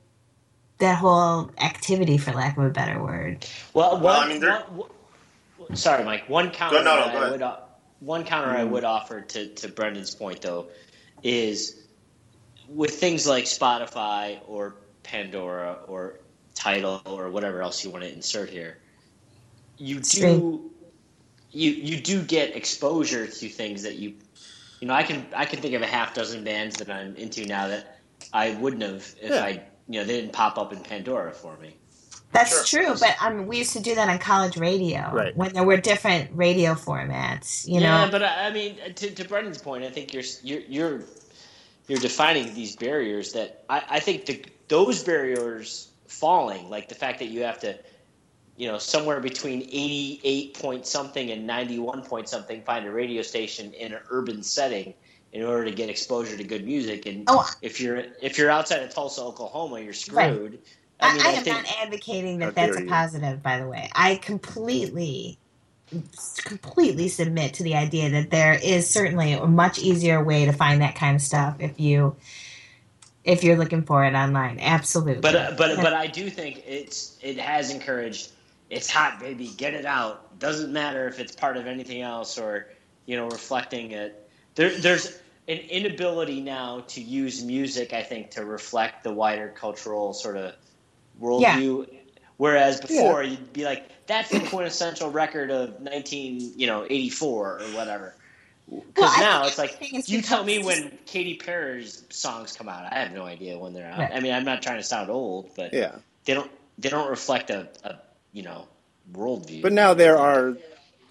Speaker 7: that whole activity, for lack of a better word.
Speaker 1: Well, one,
Speaker 2: Well, I mean, they're-
Speaker 1: one- one- sorry, Mike. One counter
Speaker 2: no, no,
Speaker 1: that
Speaker 2: go
Speaker 1: I
Speaker 2: ahead.
Speaker 1: would o- one counter I would offer to to Brendan's point though is with things like Spotify or Pandora or Title or whatever else you want to insert here, you do
Speaker 7: Stream.
Speaker 1: you you do get exposure to things that you you know I can I can think of a half dozen bands that I'm into now that I wouldn't have if
Speaker 3: Yeah.
Speaker 1: I you know they didn't pop up in Pandora for me.
Speaker 7: That's true, but um, we used to do that on college radio
Speaker 3: Right.
Speaker 7: when there were different radio formats. You
Speaker 1: yeah,
Speaker 7: know,
Speaker 1: but I, I mean, to, to Brendan's point, I think you're you're you're, you're defining these barriers that I, I think the, those barriers falling, like the fact that you have to, you know, somewhere between eighty eight point something and ninety one point something, find a radio station in an urban setting in order to get exposure to good music. And
Speaker 7: Oh.
Speaker 1: if you're if you're outside of Tulsa, Oklahoma, you're
Speaker 7: Right.
Speaker 1: screwed.
Speaker 7: I,
Speaker 1: I mean,
Speaker 7: I,
Speaker 1: I,
Speaker 7: am
Speaker 1: think
Speaker 7: not advocating
Speaker 3: How
Speaker 7: that that's
Speaker 3: dare
Speaker 7: a
Speaker 3: you.
Speaker 7: positive. By the way, I completely, completely submit to the idea that there is certainly a much easier way to find that kind of stuff if you, if you're looking for it online. Absolutely,
Speaker 1: But uh, but but I do think it's it has encouraged. It's hot, baby. Get it out. Doesn't matter if it's part of anything else or you know reflecting it. There, there's an inability now to use music. I think to reflect the wider cultural sort of worldview. Whereas before you'd be like, that's the quintessential record of 19 you know 84 or whatever.
Speaker 7: Well,
Speaker 1: Because
Speaker 7: I
Speaker 1: now
Speaker 7: think
Speaker 1: it's like
Speaker 7: everything has
Speaker 1: you tell
Speaker 7: become
Speaker 1: me
Speaker 7: just-
Speaker 1: when Katy Perry's songs come out. I have no idea when they're out.
Speaker 7: Right.
Speaker 1: I mean, I'm not trying to sound old, but
Speaker 3: yeah,
Speaker 1: they don't they don't reflect a, a you know worldview.
Speaker 3: but now there are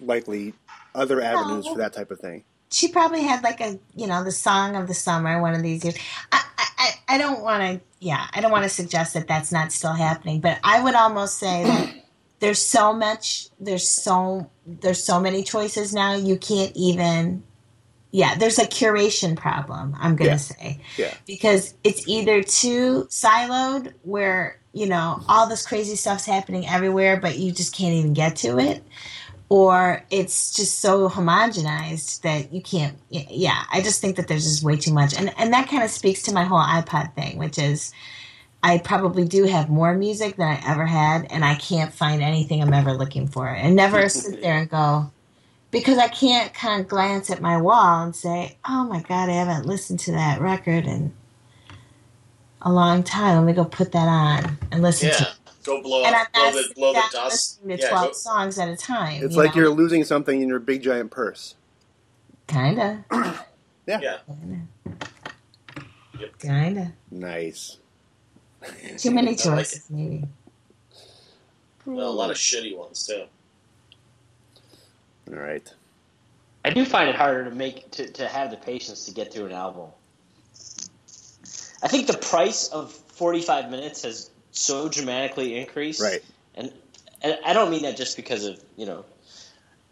Speaker 3: likely
Speaker 7: Oh,
Speaker 3: other avenues
Speaker 7: No.
Speaker 3: for that type of thing.
Speaker 7: she probably had like a you know the song of the summer one of these years i I- i, I don't want to yeah i don't want to suggest that that's not still happening but i would almost say that there's so much there's so there's so many choices now you can't even yeah there's a curation problem i'm gonna
Speaker 3: Yeah.
Speaker 7: say
Speaker 3: Yeah.
Speaker 7: because it's either too siloed where you know all this crazy stuff's happening everywhere but you just can't even get to it or it's just so homogenized that you can't y- yeah i just think that there's just way too much and and that kind of speaks to my whole ipod thing which is i probably do have more music than i ever had and i can't find anything i'm ever looking for and never sit there and go because i can't kind of glance at my wall and say oh my god i haven't listened to that record in a long time let me go put that on and listen to
Speaker 2: yeah,
Speaker 7: it
Speaker 2: go blow
Speaker 7: and
Speaker 2: up,
Speaker 7: i'm
Speaker 2: blow
Speaker 7: not
Speaker 2: the
Speaker 7: sitting
Speaker 2: blow the
Speaker 7: down
Speaker 2: dust.
Speaker 7: listening to
Speaker 2: Yeah,
Speaker 7: 12
Speaker 2: go-
Speaker 7: songs at a time
Speaker 3: It's
Speaker 7: you
Speaker 3: like
Speaker 7: know?
Speaker 3: you're losing something in your big giant purse.
Speaker 7: Kinda.
Speaker 2: Yeah.
Speaker 7: Kinda.
Speaker 3: Nice.
Speaker 7: Too many
Speaker 2: I like
Speaker 7: choices, maybe.
Speaker 2: Well, a lot of shitty ones too.
Speaker 3: All right.
Speaker 1: I do find it harder to make to, to have the patience to get through an album. I think the price of forty five minutes has so dramatically increased.
Speaker 3: Right.
Speaker 1: And, and I don't mean that just because of you know,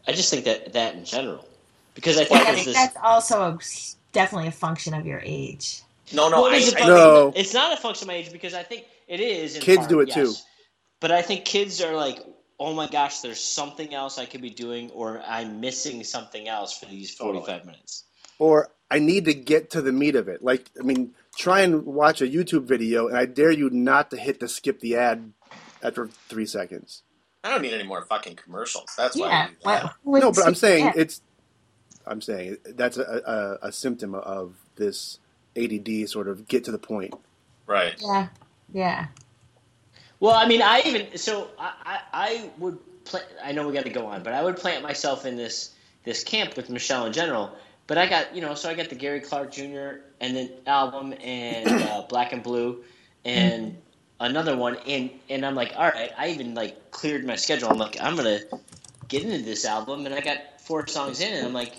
Speaker 1: I just think that that in general, because I think
Speaker 7: I
Speaker 1: there's
Speaker 7: think
Speaker 1: this.
Speaker 7: that's also a, definitely a function of your age.
Speaker 2: No, no,
Speaker 1: Well,
Speaker 2: I,
Speaker 1: it is a
Speaker 2: I,
Speaker 1: function-
Speaker 3: No.
Speaker 1: It's not a function of my age because I think it is. In
Speaker 3: Kids
Speaker 1: part,
Speaker 3: do it
Speaker 1: yes.
Speaker 3: too.
Speaker 1: But I think kids are like, oh my gosh, there's something else I could be doing, or I'm missing something else for these 45 minutes.
Speaker 3: Or I need to get to the meat of it. Like, I mean, try and watch a YouTube video, and I dare you not to hit the skip the ad after three seconds.
Speaker 2: I don't need any more fucking commercials. That's why. I
Speaker 7: Yeah.
Speaker 2: do that.
Speaker 7: Well,
Speaker 3: no, but I'm saying
Speaker 7: yeah.
Speaker 3: it's. I'm saying that's a, a, a symptom of this ADD sort of get to the point.
Speaker 2: Right.
Speaker 7: Yeah. Yeah.
Speaker 1: Well, I mean, I even so I I, I would plant. I know we got to go on, but I would plant myself in this this camp with Michelle in general. But I got you know, so I got the Gary Clark Jr. and then album and uh, Black and Blue and another one, and and I'm like, all right, I even like cleared my schedule. I'm like, I'm gonna get into this album, and I got four songs in, and I'm like.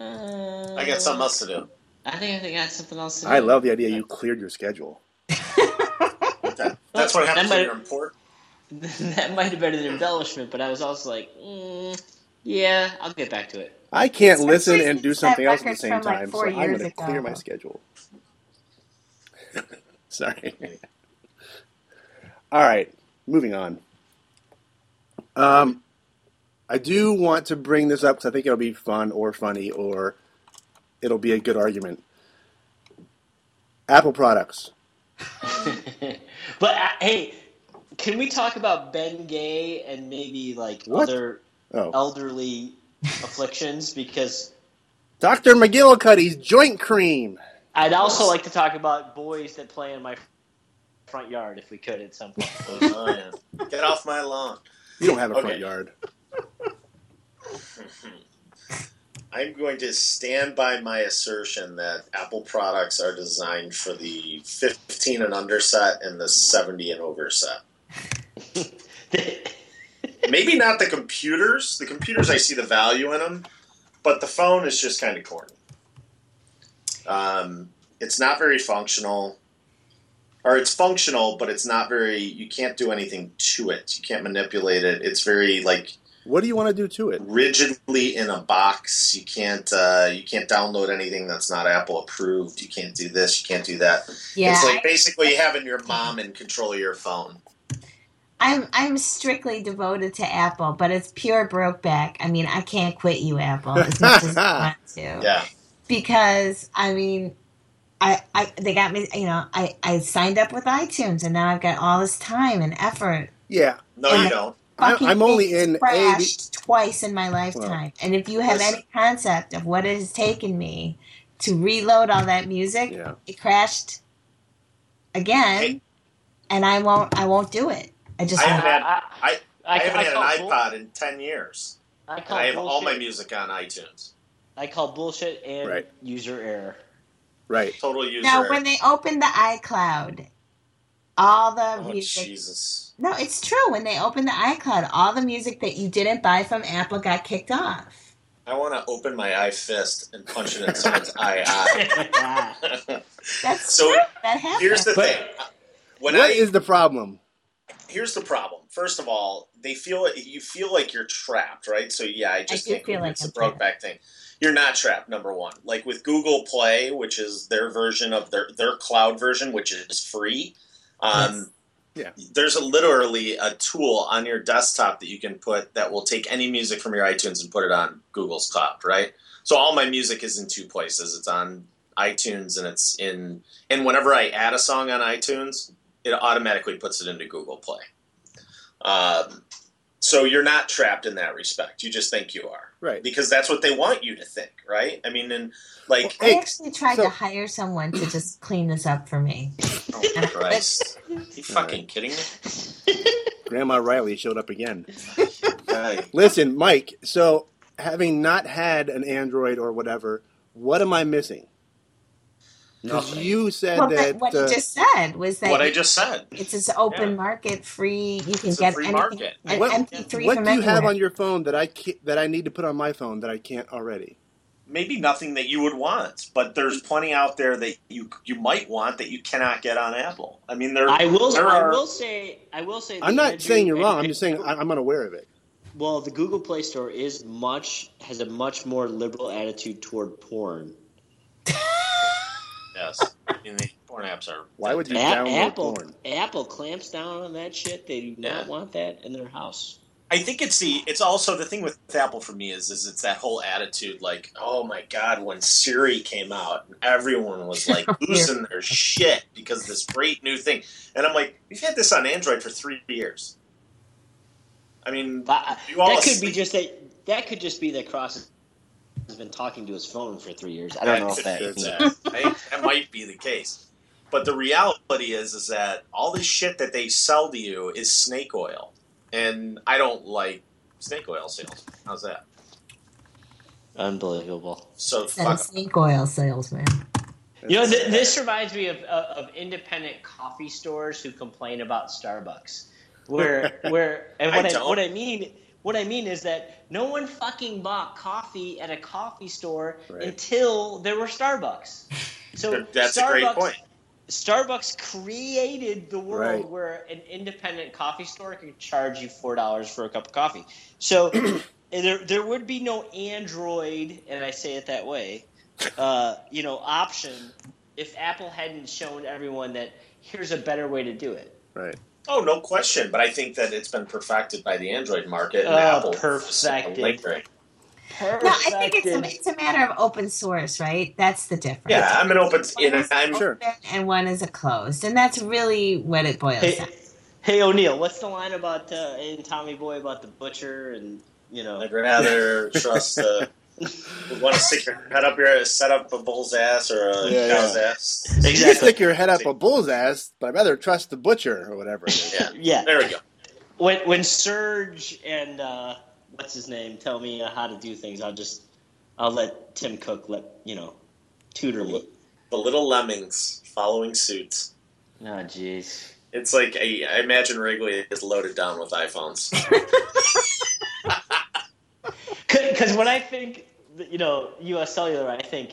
Speaker 1: Uh,
Speaker 2: I got something else to do.
Speaker 1: I think I got something else. To
Speaker 3: I
Speaker 7: Mm.
Speaker 1: do.
Speaker 3: love the idea you cleared your schedule.
Speaker 2: That- that's what happens
Speaker 1: That
Speaker 2: when
Speaker 1: might-
Speaker 2: you're important.
Speaker 1: that might have been an embellishment, but I was also like, mm, yeah, I'll get back to it.
Speaker 3: I can't
Speaker 7: Some
Speaker 3: listen
Speaker 7: reason
Speaker 3: and do
Speaker 7: that
Speaker 3: something else at the
Speaker 7: record's
Speaker 3: same
Speaker 7: from, like,
Speaker 3: time, so
Speaker 7: four
Speaker 3: I'm
Speaker 7: years
Speaker 3: going to clear
Speaker 7: ago.
Speaker 3: my schedule. Sorry. All right, moving on. Um, I do want to bring this up because I think it'll be fun or funny or it'll be a good argument. Apple products.
Speaker 1: But I, hey, can we talk about Ben Gay and maybe like
Speaker 3: What?
Speaker 1: other
Speaker 3: Oh,
Speaker 1: elderly afflictions? Because
Speaker 3: Dr. McGillicuddy's joint cream.
Speaker 1: I'd also like to talk about boys that play in my front yard if we could at some point.
Speaker 2: Oh, yeah. Get off my lawn.
Speaker 3: You don't have a front
Speaker 2: Okay.
Speaker 3: yard.
Speaker 2: I'm going to stand by my assertion that Apple products are designed for the 15 and under set and the 70 and over set. Maybe not the computers. The computers, I see the value in them, but the phone is just kind of corny. Um, it's not very functional, or it's functional, but it's not very. You can't do anything to it. You can't manipulate it. It's very like
Speaker 3: What do you want to do to it?
Speaker 2: rigidly in a box. You can't uh, you can't download anything that's not Apple approved. You can't do this. You can't do that.
Speaker 7: Yeah.
Speaker 2: it's
Speaker 7: I-
Speaker 2: like basically having your mom in control of your phone.
Speaker 7: I'm I'm strictly devoted to Apple, but it's pure brokeback. I mean, I can't quit you, Apple, as much as I want to.
Speaker 2: Yeah,
Speaker 7: Because I mean, I, I they got me. You know, I I signed up with iTunes, and now I've got all this time and effort.
Speaker 3: Yeah,
Speaker 2: no,
Speaker 7: Yeah.
Speaker 2: you don't.
Speaker 3: I,
Speaker 7: Fucking
Speaker 3: I'm only
Speaker 7: things
Speaker 3: in A. B-
Speaker 7: crashed twice in my lifetime, and if you have
Speaker 2: Listen.
Speaker 7: any concept of what it has taken me to reload all that music,
Speaker 3: Yeah.
Speaker 7: it crashed again,
Speaker 2: Hey.
Speaker 7: and I won't I won't do it. I just
Speaker 2: I
Speaker 7: won't.
Speaker 2: haven't had
Speaker 1: I,
Speaker 2: I, I, haven't had
Speaker 1: call
Speaker 2: an
Speaker 1: bull-
Speaker 2: iPod in ten years.
Speaker 1: I, call
Speaker 2: And I have all my
Speaker 1: bullshit-
Speaker 2: music on iTunes.
Speaker 1: I call bullshit and
Speaker 3: Right.
Speaker 1: user error.
Speaker 3: right.
Speaker 2: Total user.
Speaker 7: Now, when they opened the iCloud, all the
Speaker 2: oh
Speaker 7: music.
Speaker 2: Jesus!
Speaker 7: No, it's true. When they opened the iCloud, all the music that you didn't buy from Apple got kicked off.
Speaker 2: I want to open my eye fist and punch it in someone's eye. eye.
Speaker 7: That's
Speaker 2: So,
Speaker 7: true. That happened.
Speaker 2: Here's the
Speaker 1: But-
Speaker 2: thing. When
Speaker 3: What
Speaker 2: I
Speaker 3: is the problem?
Speaker 2: here's the problem. First of all, they feel you feel like you're trapped, right? So yeah, I just
Speaker 7: do
Speaker 2: can't
Speaker 7: feel
Speaker 2: believe
Speaker 7: like
Speaker 2: it's
Speaker 7: I'm
Speaker 2: a broke back thing. You're not trapped, number one. Like with Google Play, which is their version of their their cloud version, which is free. Um,
Speaker 3: Yes.
Speaker 2: There's a, literally a tool on your desktop that you can put that will take any music from your iTunes and put it on Google's cloud, right? So all my music is in two places. It's on iTunes and it's in and whenever I add a song on iTunes, it automatically puts it into Google Play. Um, so you're not trapped in that respect. You just think you are,
Speaker 3: Right.
Speaker 2: Because that's what they want you to think, right? I mean, and like,
Speaker 7: I
Speaker 3: Hey,
Speaker 7: actually tried
Speaker 3: so-
Speaker 7: to hire someone to just clean this up for me.
Speaker 2: oh, Christ, you fucking kidding me?
Speaker 3: Grandma Riley showed up again.
Speaker 2: Hey.
Speaker 3: Listen, Mike. So having not had an Android or whatever, what am I missing? Because
Speaker 8: Nothing.
Speaker 3: you said
Speaker 7: Well,
Speaker 3: that
Speaker 7: but what
Speaker 3: uh,
Speaker 7: you just said was that
Speaker 2: what I just said.
Speaker 7: it's this open
Speaker 2: Yeah.
Speaker 7: market, free. You can
Speaker 2: It's a
Speaker 7: get
Speaker 2: free
Speaker 7: anything,
Speaker 2: market.
Speaker 7: an
Speaker 3: What-
Speaker 7: MP3
Speaker 3: what
Speaker 7: from
Speaker 3: do you have
Speaker 7: anywhere.
Speaker 3: on your phone that I can't, that I need to put on my phone that I can't already?
Speaker 2: Maybe nothing that you would want, but there's plenty out there that you you might want that you cannot get on Apple. I mean, there
Speaker 1: I will.
Speaker 2: There
Speaker 1: I
Speaker 2: are-
Speaker 1: will say. I will say.
Speaker 3: I'm
Speaker 1: the
Speaker 3: not
Speaker 1: Android-
Speaker 3: saying you're wrong. I'm just saying I- I'm unaware of it.
Speaker 1: Well, the Google Play Store is much has a much more liberal attitude toward porn.
Speaker 2: yes. I mean, the porn apps are
Speaker 3: Why would you
Speaker 1: A-
Speaker 3: download
Speaker 1: Apple
Speaker 3: porn?
Speaker 1: Apple clamps down on that shit. They do not
Speaker 2: Yeah.
Speaker 1: want that in their house.
Speaker 2: I think it's the it's also the thing with Apple for me is is it's that whole attitude like oh my god when Siri came out everyone was like losing their shit because of this great new thing and I'm like we've had this on Android for three years. I mean
Speaker 1: That,
Speaker 2: you all
Speaker 1: that could be
Speaker 2: asleep?
Speaker 1: just that. That could just be that Cross has been talking to his phone for three years. I don't know if
Speaker 2: could
Speaker 1: that.
Speaker 2: be that. Right? that might be the case. But the reality is is that all this shit that they sell to you is snake oil, and I don't like snake oil sales. How's that?
Speaker 1: Unbelievable.
Speaker 2: So
Speaker 7: Instead of
Speaker 2: fuck 'em.
Speaker 7: snake oil salesman.
Speaker 1: You know, th- this reminds me of, of of independent coffee stores who complain about Starbucks. Where where and
Speaker 2: I
Speaker 1: what I,
Speaker 2: don't.
Speaker 1: what I mean what I mean is that no one fucking bought coffee at a coffee store
Speaker 3: Right.
Speaker 1: until there were Starbucks. So
Speaker 2: That's
Speaker 1: Starbucks,
Speaker 2: a great point.
Speaker 1: Starbucks created the world
Speaker 3: Right.
Speaker 1: where an independent coffee store could charge you four dollars for a cup of coffee. So there, there would be no Android, and I say it that way, uh, you know, option if Apple hadn't shown everyone that here's a better way to do it.
Speaker 3: Right.
Speaker 2: Oh, no question. But I think that it's been perfected by the Android market and
Speaker 1: Oh,
Speaker 2: Apple.
Speaker 1: perfected.
Speaker 2: Lingering.
Speaker 7: No, I think it's a, it's a matter of open source, right? That's the difference.
Speaker 2: Yeah, I'm an open.
Speaker 7: One
Speaker 2: And
Speaker 7: is
Speaker 2: I'm
Speaker 3: Sure.
Speaker 7: open and one is a closed, and that's really what it boils
Speaker 1: Hey,
Speaker 7: down.
Speaker 1: hey O'Neill, what's the line about uh, in Tommy Boy about the butcher and you know?
Speaker 2: I'd rather trust. Uh, would want to stick your head up your set up a bull's ass or a
Speaker 3: Yeah,
Speaker 2: cow's
Speaker 3: yeah.
Speaker 2: ass.
Speaker 3: You stick your head up a bull's ass, but I'd rather trust the butcher or whatever. it is.
Speaker 2: Yeah,
Speaker 1: Yeah,
Speaker 2: there we go.
Speaker 1: when when Serge and uh, what's his name tell me uh, how to do things, I'll just I'll let Tim Cook let you know tutor me.
Speaker 2: The little lemmings following suit.
Speaker 1: Oh jeez.
Speaker 2: It's like I, I imagine Wrigley is loaded down with iPhones.
Speaker 1: Because when I think you know U.S. Cellular, I think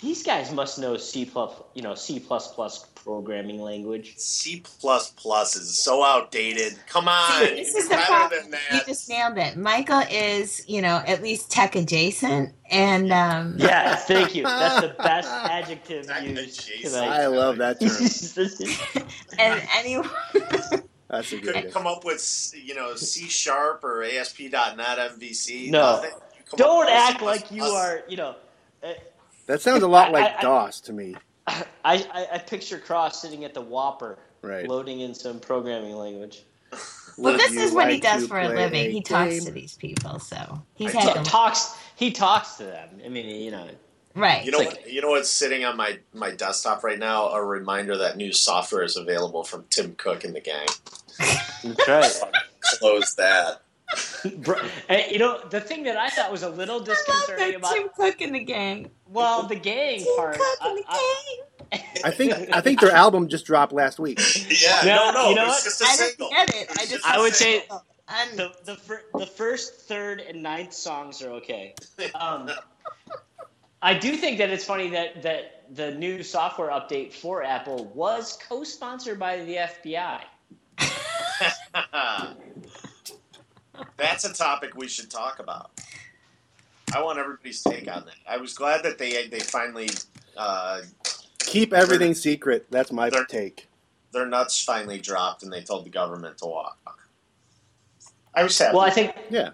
Speaker 1: these guys must know C plus you know C plus plus programming language.
Speaker 2: C plus plus is so outdated. Come on,
Speaker 7: See, this is the
Speaker 2: better
Speaker 7: problem.
Speaker 2: than that.
Speaker 7: You just nailed it. Michael is, you know, at least tech adjacent, and um,
Speaker 1: Yeah, thank you. That's the best adjective
Speaker 2: Tech
Speaker 1: used
Speaker 2: adjacent.
Speaker 1: tonight.
Speaker 3: I love that term.
Speaker 7: and anyone.
Speaker 3: That's a good.
Speaker 2: couldn't
Speaker 3: idea.
Speaker 2: come up with you know C sharp or ASP.NET MVC.
Speaker 1: No.
Speaker 2: nothing. You come up
Speaker 1: Don't
Speaker 2: with
Speaker 1: act
Speaker 2: C++.
Speaker 1: like you are. You know,
Speaker 3: That sounds a lot
Speaker 1: I-
Speaker 3: like
Speaker 1: I-
Speaker 3: DOS to me.
Speaker 1: I I, I picture Cross sitting at the Whopper,
Speaker 3: Right.
Speaker 1: loading in some programming language.
Speaker 7: Well,
Speaker 3: Would
Speaker 7: this
Speaker 3: you
Speaker 7: is what he
Speaker 3: like
Speaker 7: does
Speaker 3: to
Speaker 7: for a
Speaker 3: play
Speaker 7: living. He talks
Speaker 3: game?
Speaker 7: to these people, so he's
Speaker 1: He
Speaker 7: had to,
Speaker 1: talks. He talks to them. I mean, you know.
Speaker 7: right.
Speaker 2: You know,
Speaker 1: It's like-
Speaker 2: what, you know what's sitting on my, my desktop right now? A reminder that new software is available from Tim Cook and the gang.
Speaker 1: That's
Speaker 2: Close that.
Speaker 1: eh, you know, the thing that I thought was a little disconcerting
Speaker 7: Tim
Speaker 1: about
Speaker 7: Cook and the gang.
Speaker 1: Well, the gang
Speaker 7: Tim
Speaker 1: part.
Speaker 7: Cook and
Speaker 1: I-
Speaker 7: the
Speaker 1: I-
Speaker 7: gang.
Speaker 3: I think I think their album just dropped last week.
Speaker 2: Yeah,
Speaker 1: Yeah,
Speaker 2: no, no,
Speaker 1: you know what?
Speaker 2: it's just a
Speaker 7: I
Speaker 2: single.
Speaker 7: didn't get it. I
Speaker 2: It's
Speaker 7: just.
Speaker 2: just
Speaker 1: I
Speaker 2: a
Speaker 1: would
Speaker 2: single.
Speaker 1: say
Speaker 7: Un-
Speaker 1: the the, fir- the first, third, and ninth songs are okay. Um, I do think that it's funny that that the new software update for Apple was co-sponsored by the FBI.
Speaker 2: That's a topic we should talk about. I want everybody's take on that. I was glad that they they finally uh,
Speaker 3: Keep everything secret. That's my
Speaker 2: They're-
Speaker 3: take.
Speaker 2: their nuts finally dropped and they told the government to walk. I was happy.
Speaker 1: Well, I think
Speaker 3: Yeah.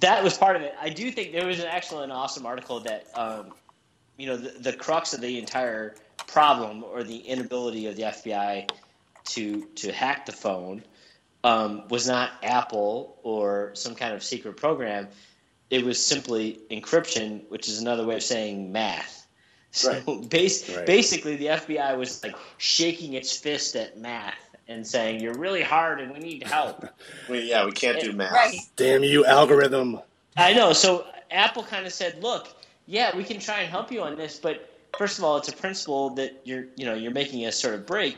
Speaker 1: that was part of it. I do think there was an excellent, awesome article that, um, you know, the, the crux of the entire problem or the inability of the FBI to to hack the phone um, was not Apple or some kind of secret program. It was simply encryption, which is another way of saying math. So bas-
Speaker 3: Right.
Speaker 1: basically, the FBI was like shaking its fist at math and saying, "You're really hard, and we need help."
Speaker 2: we, yeah, we can't do math.
Speaker 7: right.
Speaker 3: Damn you, algorithm.
Speaker 1: I know. So Apple kind of said, "Look, yeah, we can try and help you on this, but first of all, it's a principle that you're you know you're making a sort of break.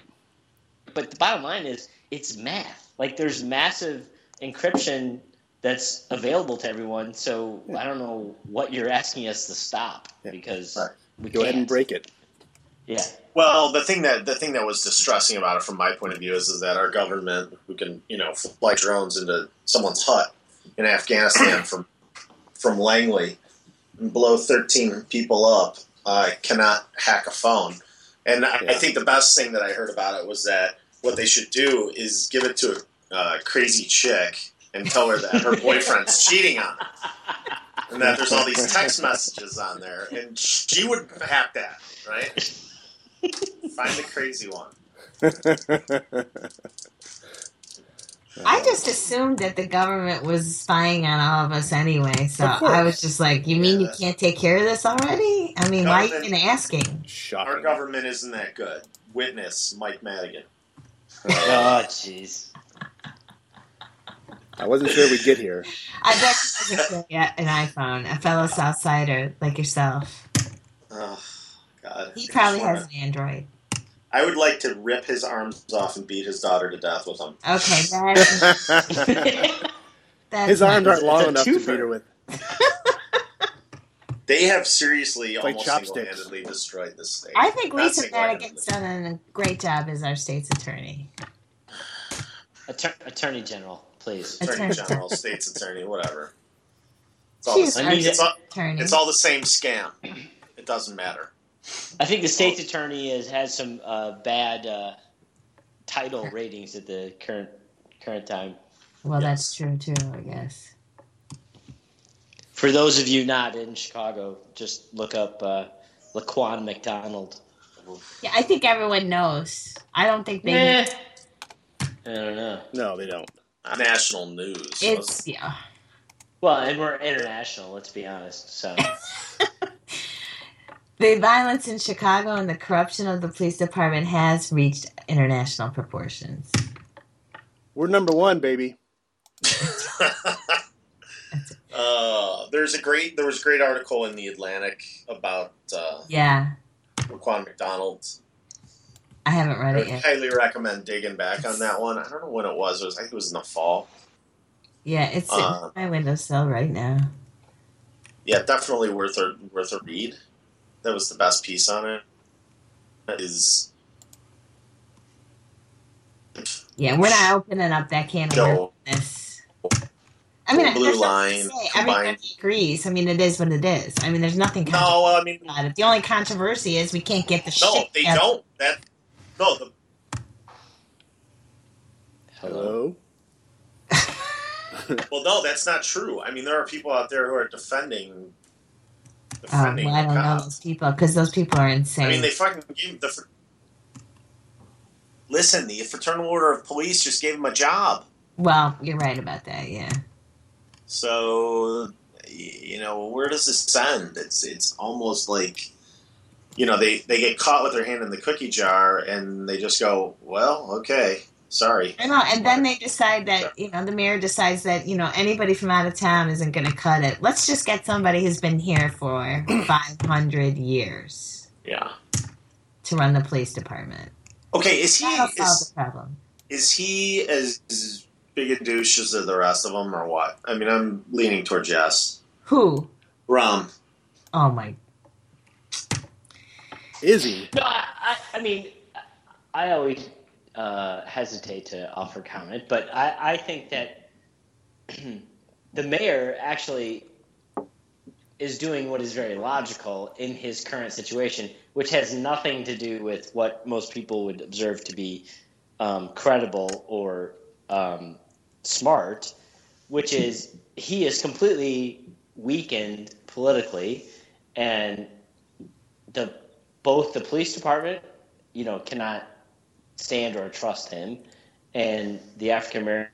Speaker 1: But the bottom line is it's math. Like there's massive encryption that's available to everyone. So I don't know what you're asking us to stop because
Speaker 2: Right.
Speaker 1: we
Speaker 3: Go
Speaker 1: can't.
Speaker 3: ahead and break it.
Speaker 1: Yeah,
Speaker 2: Well, the thing that the thing that was distressing about it, from my point of view, is, is that our government, who can you know fly drones into someone's hut in Afghanistan from from Langley and blow thirteen people up, uh, cannot hack a phone. And I, I
Speaker 3: Yeah.
Speaker 2: think the best thing that I heard about it was that what they should do is give it to a uh, crazy chick and tell her that her boyfriend's cheating on her. And that there's all these text messages on there, and she would hack that, right? Find the crazy one.
Speaker 7: I just assumed that the government was spying on all of us anyway, so
Speaker 3: Of course.
Speaker 7: I was just like, "You mean you
Speaker 2: Yeah.
Speaker 7: can't take care of this already? I mean, why are you
Speaker 2: Government-
Speaker 7: even asking?"
Speaker 2: Our
Speaker 3: Shocking.
Speaker 2: government isn't that good. Witness Mike Madigan.
Speaker 1: oh jeez.
Speaker 3: I wasn't sure we'd get here.
Speaker 7: I bet you doesn't get an iPhone, a fellow Southsider like yourself.
Speaker 2: Oh God.
Speaker 7: He probably has an Android.
Speaker 2: I would like to rip his arms off and beat his daughter to death with them.
Speaker 7: Okay, that's, that's
Speaker 3: His
Speaker 7: not-
Speaker 3: arms aren't long
Speaker 1: It's a
Speaker 3: enough to
Speaker 1: twofer.
Speaker 3: beat her with.
Speaker 2: They have seriously
Speaker 3: Like
Speaker 2: almost
Speaker 3: chopsticks.
Speaker 2: single-handedly destroyed this state.
Speaker 7: I think
Speaker 2: Not
Speaker 7: Lisa
Speaker 2: single-handedly.
Speaker 7: Madigan's done a great job as our state's attorney.
Speaker 1: Attor- Attorney General, please.
Speaker 2: Attorney
Speaker 7: Attorney
Speaker 2: General, state's attorney, whatever. It's all, the
Speaker 7: She's
Speaker 2: same.
Speaker 1: I
Speaker 7: our
Speaker 1: mean,
Speaker 2: It's, all,
Speaker 7: attorney.
Speaker 3: Mm-hmm.
Speaker 2: it's all the same scam. It doesn't matter.
Speaker 1: I think the state's attorney has had some uh, bad uh, title ratings at the current current time.
Speaker 7: well, that's true too, I guess.
Speaker 1: For those of you not in Chicago, just look up uh, Laquan McDonald.
Speaker 7: Yeah, I think everyone knows. I don't think they.
Speaker 1: Eh, I don't know.
Speaker 3: No, they don't.
Speaker 2: National news.
Speaker 7: It's yeah.
Speaker 1: Well, and we're international. Let's be honest. So
Speaker 7: The violence in Chicago and the corruption of the police department has reached international proportions.
Speaker 3: We're number one, baby.
Speaker 2: Uh, there's a great there was a great article in the Atlantic about uh,
Speaker 7: Yeah,
Speaker 2: Raquan McDonald.
Speaker 7: I haven't
Speaker 2: I
Speaker 7: read
Speaker 2: would
Speaker 7: it yet.
Speaker 2: highly recommend digging back on that one. I don't know when it was. It was I think it was in the fall.
Speaker 7: Yeah, it's sitting
Speaker 2: Uh.
Speaker 7: on my windowsill right now.
Speaker 2: Yeah, definitely worth a worth a read. That was the best piece on it. That Is
Speaker 7: Yeah, we're not opening up that can of
Speaker 2: No.
Speaker 7: worms in this. I mean,
Speaker 2: Blue
Speaker 7: there's nothing to
Speaker 2: line
Speaker 7: say.
Speaker 2: combined.
Speaker 7: Everybody agrees. I mean, it is what it is. I mean, there's nothing controversial
Speaker 2: no. Well, I mean,
Speaker 7: about it. The only controversy is we can't get the
Speaker 2: no,
Speaker 7: shit.
Speaker 2: they
Speaker 7: together.
Speaker 2: don't. That no. The,
Speaker 3: Hello?
Speaker 2: well, no, that's not true. I mean, there are people out there who are defending.
Speaker 7: Oh,
Speaker 2: defending
Speaker 7: well, I don't know
Speaker 2: cops.
Speaker 7: those people because those people are insane.
Speaker 2: I mean, they fucking gave the. Fr- Listen, the Fraternal Order of Police just gave him a job.
Speaker 7: well, you're right about that. Yeah.
Speaker 2: So, y- you know, where does this end? It's it's almost like, you know, they they get caught with their hand in the cookie jar and they just go, well, okay, sorry.
Speaker 7: I know, and then they decide that you know the mayor decides that you know anybody from out of town isn't going to cut it. Let's just get somebody who's been here for five hundred years
Speaker 2: Yeah.
Speaker 7: to run the police department.
Speaker 2: Okay, is he
Speaker 7: That'll solve
Speaker 2: is,
Speaker 7: the problem.
Speaker 2: is he as as big a douche as the rest of them or what? I mean, I'm leaning towards yes.
Speaker 7: Who?
Speaker 2: Rum.
Speaker 7: Oh my!
Speaker 3: Is he?
Speaker 1: no, I, I, I mean, I always uh, hesitate to offer comment, but I, I think that the mayor actually is doing what is very logical in his current situation, which has nothing to do with what most people would observe to be um, credible or um, smart, which is he is completely weakened politically, and the both the police department, you know, cannot stand or trust him, and the African American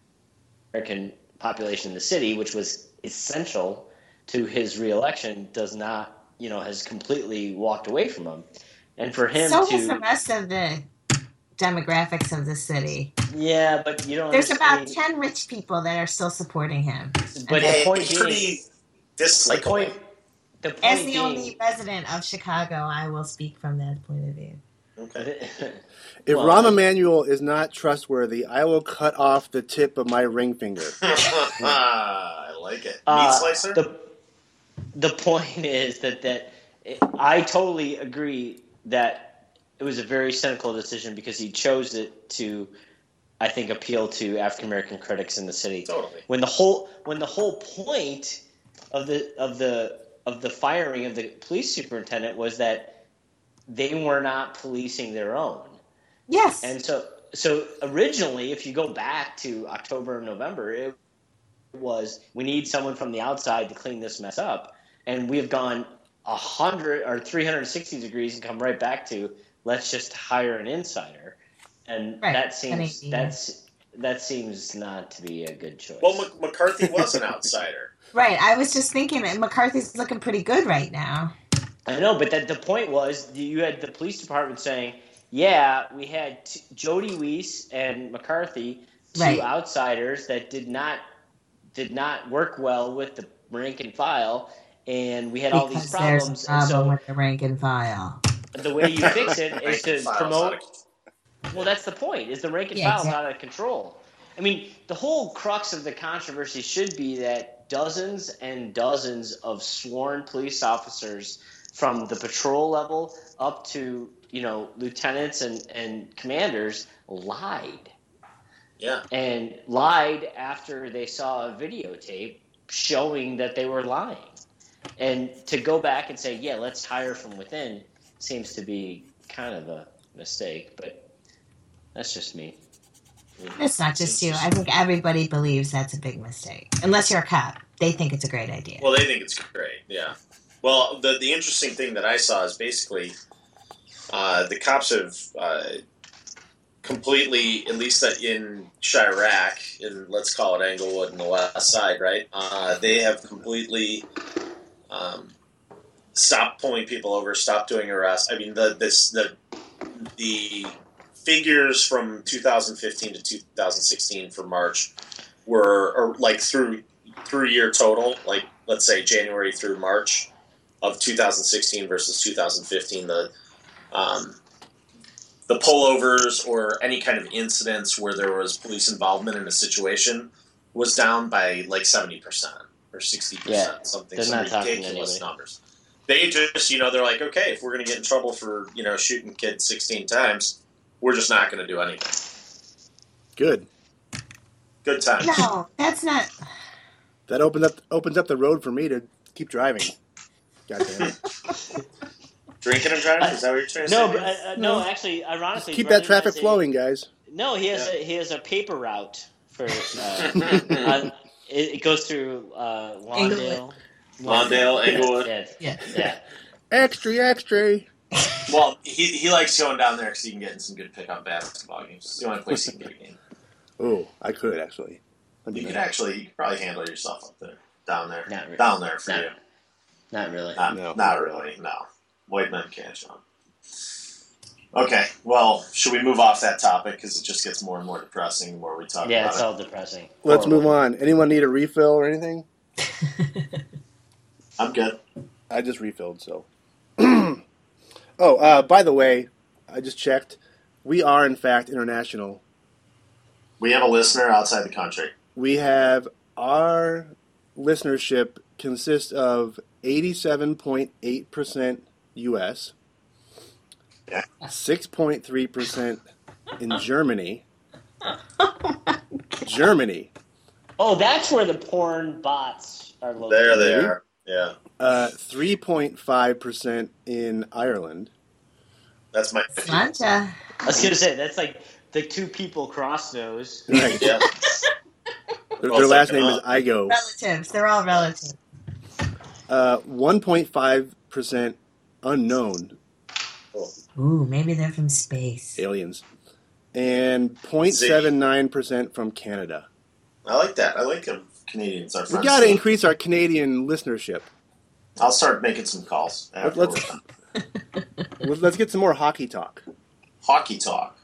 Speaker 1: American population in the city, which was essential to his reelection, does not, you know, has completely walked away from him. And for him
Speaker 7: So
Speaker 1: to,
Speaker 7: is the rest of the demographics of the city.
Speaker 1: yeah, but you don't.
Speaker 7: There's
Speaker 1: understand-
Speaker 7: about ten rich people that are still supporting him.
Speaker 1: But the
Speaker 2: Hey,
Speaker 1: point
Speaker 2: it's
Speaker 1: being,
Speaker 2: pretty
Speaker 1: The
Speaker 2: dislike
Speaker 1: point.
Speaker 2: away.
Speaker 1: The
Speaker 7: As
Speaker 1: point
Speaker 7: the
Speaker 1: being,
Speaker 7: only resident of Chicago, I will speak from that point of view.
Speaker 2: Okay.
Speaker 3: If
Speaker 1: Well, uh,
Speaker 3: Rahm
Speaker 1: I-
Speaker 3: Emanuel is not trustworthy, I will cut off the tip of my ring finger.
Speaker 2: I like it. Meat
Speaker 1: Uh,
Speaker 2: slicer.
Speaker 1: The, the point is that that I totally agree that it was a very cynical decision because he chose it to, I think, appeal to African American critics in the city.
Speaker 2: Totally.
Speaker 1: When the whole when the whole point of the of the of the firing of the police superintendent was that they were not policing their own.
Speaker 7: Yes.
Speaker 1: And so, so originally, if you go back to October and November, it was we need someone from the outside to clean this mess up, and we have gone a hundred or three hundred and sixty degrees and come right back to let's just hire an insider, and
Speaker 7: Right.
Speaker 1: that seems
Speaker 7: I mean,
Speaker 1: that's that seems not to be a good choice.
Speaker 2: well, Mc- McCarthy was an outsider.
Speaker 7: right. I was just thinking that McCarthy's looking pretty good right now.
Speaker 1: I know, but that the point was you had the police department saying, "Yeah, we had t- Jody Weiss and McCarthy, two
Speaker 7: Right.
Speaker 1: outsiders that did not did not work well with the rank and file, and we had all these
Speaker 7: Because there's
Speaker 1: problems."
Speaker 7: a
Speaker 1: And
Speaker 7: problem
Speaker 1: so
Speaker 7: with the rank and file.
Speaker 1: the way you fix it is to
Speaker 2: Files
Speaker 1: promote
Speaker 2: out of-
Speaker 1: well, that's the point. Is the rank and
Speaker 7: Yeah,
Speaker 1: file is
Speaker 7: exactly.
Speaker 1: out of control? I mean, the whole crux of the controversy should be that dozens and dozens of sworn police officers from the patrol level up to you know lieutenants and, and commanders lied
Speaker 2: Yeah.
Speaker 1: and lied after they saw a videotape showing that they were lying and to go back and say yeah let's hire from within seems to be kind of a mistake but that's just me
Speaker 7: It's not just you. I think everybody believes that's a big mistake. Unless you're a cop, they think it's a great idea.
Speaker 2: Well, they think it's great. Yeah. Well, the the interesting thing that I saw is basically uh, the cops have uh, completely, at least that in Chirac, in let's call it Englewood and the West Side, right? Uh, they have completely um, stopped pulling people over, stopped doing arrests. I mean, the this the the figures from 2015 to 2016 for March were or like through through year total, like let's say January through March of 2016 versus 2015, the um, the pullovers or any kind of incidents where there was police involvement in a situation was down by like 70 percent or 60
Speaker 1: Yeah,
Speaker 2: percent, something
Speaker 1: they're
Speaker 2: some
Speaker 1: not talking to
Speaker 2: ridiculous
Speaker 1: anybody.
Speaker 2: numbers. They just, you know, they're like, okay, if we're going to get in trouble for you know shooting kids 16 times, we're just not going to do anything.
Speaker 3: Good.
Speaker 2: Good times.
Speaker 7: No, that's not.
Speaker 3: That opened up opens up the road for me to keep driving. God damn it.
Speaker 2: Drinking and driving? Is that what you're trying to
Speaker 1: no
Speaker 2: say?
Speaker 1: but, uh, uh, no actually ironically
Speaker 3: Keep
Speaker 1: Brendan
Speaker 3: that traffic
Speaker 1: has a-
Speaker 3: flowing, guys.
Speaker 1: no he has a, he has a paper route for uh, on, it, it goes through uh, Lawndale
Speaker 7: Englewood.
Speaker 2: Lawndale, Englewood.
Speaker 1: yeah,
Speaker 7: Yeah.
Speaker 1: yeah.
Speaker 3: Extra, extra.
Speaker 2: Well, he, he likes going down there because he can get in some good pickup basketball games. It's the only place he can get a game.
Speaker 3: Oh, I could actually. That'd be
Speaker 2: You could
Speaker 3: nice.
Speaker 2: actually, you could probably handle yourself up there, down there,
Speaker 1: Not really.
Speaker 2: down there Uh, for
Speaker 1: Not-
Speaker 2: you.
Speaker 1: Not really.
Speaker 2: Not,
Speaker 3: No.
Speaker 2: not really. No, white men can't jump. Okay, well, should we move off that topic because it just gets more and more depressing the more we talk
Speaker 1: yeah,
Speaker 2: about
Speaker 1: it's
Speaker 2: it.
Speaker 1: all depressing.
Speaker 3: Let's
Speaker 1: Horrible.
Speaker 3: move on. Anyone need a refill or anything?
Speaker 2: I'm good.
Speaker 3: I just refilled, so. oh, uh, by the way, I just checked. We are, in fact, international.
Speaker 2: We have a listener outside the country.
Speaker 3: We have our listenership consists of 87.8% US,
Speaker 2: Yeah.
Speaker 3: 6.3% in Germany. Germany.
Speaker 1: Oh, that's where the porn bots are located.
Speaker 2: There they are. Yeah,
Speaker 3: Uh, 3.5% in Ireland.
Speaker 2: that's my.
Speaker 7: Slanja.
Speaker 1: I was gonna say that's like the two people cross those.
Speaker 3: Right.
Speaker 2: Yeah.
Speaker 3: Their,
Speaker 2: Well,
Speaker 3: their
Speaker 2: it's
Speaker 3: last
Speaker 2: like,
Speaker 3: name is
Speaker 2: uh,
Speaker 3: Igo.
Speaker 7: Relatives. They're all relatives.
Speaker 3: Uh, 1.5% unknown
Speaker 7: Ooh, maybe they're from space.
Speaker 3: aliens. And 0.79% from Canada.
Speaker 2: I like that. I like them. Canadians are
Speaker 3: We
Speaker 2: friends.
Speaker 3: got to increase our Canadian listenership.
Speaker 2: I'll start making some calls.
Speaker 3: Let's-
Speaker 2: after
Speaker 3: let's-
Speaker 2: we're done.
Speaker 3: Let- Let's get some more hockey talk.
Speaker 2: hockey talk.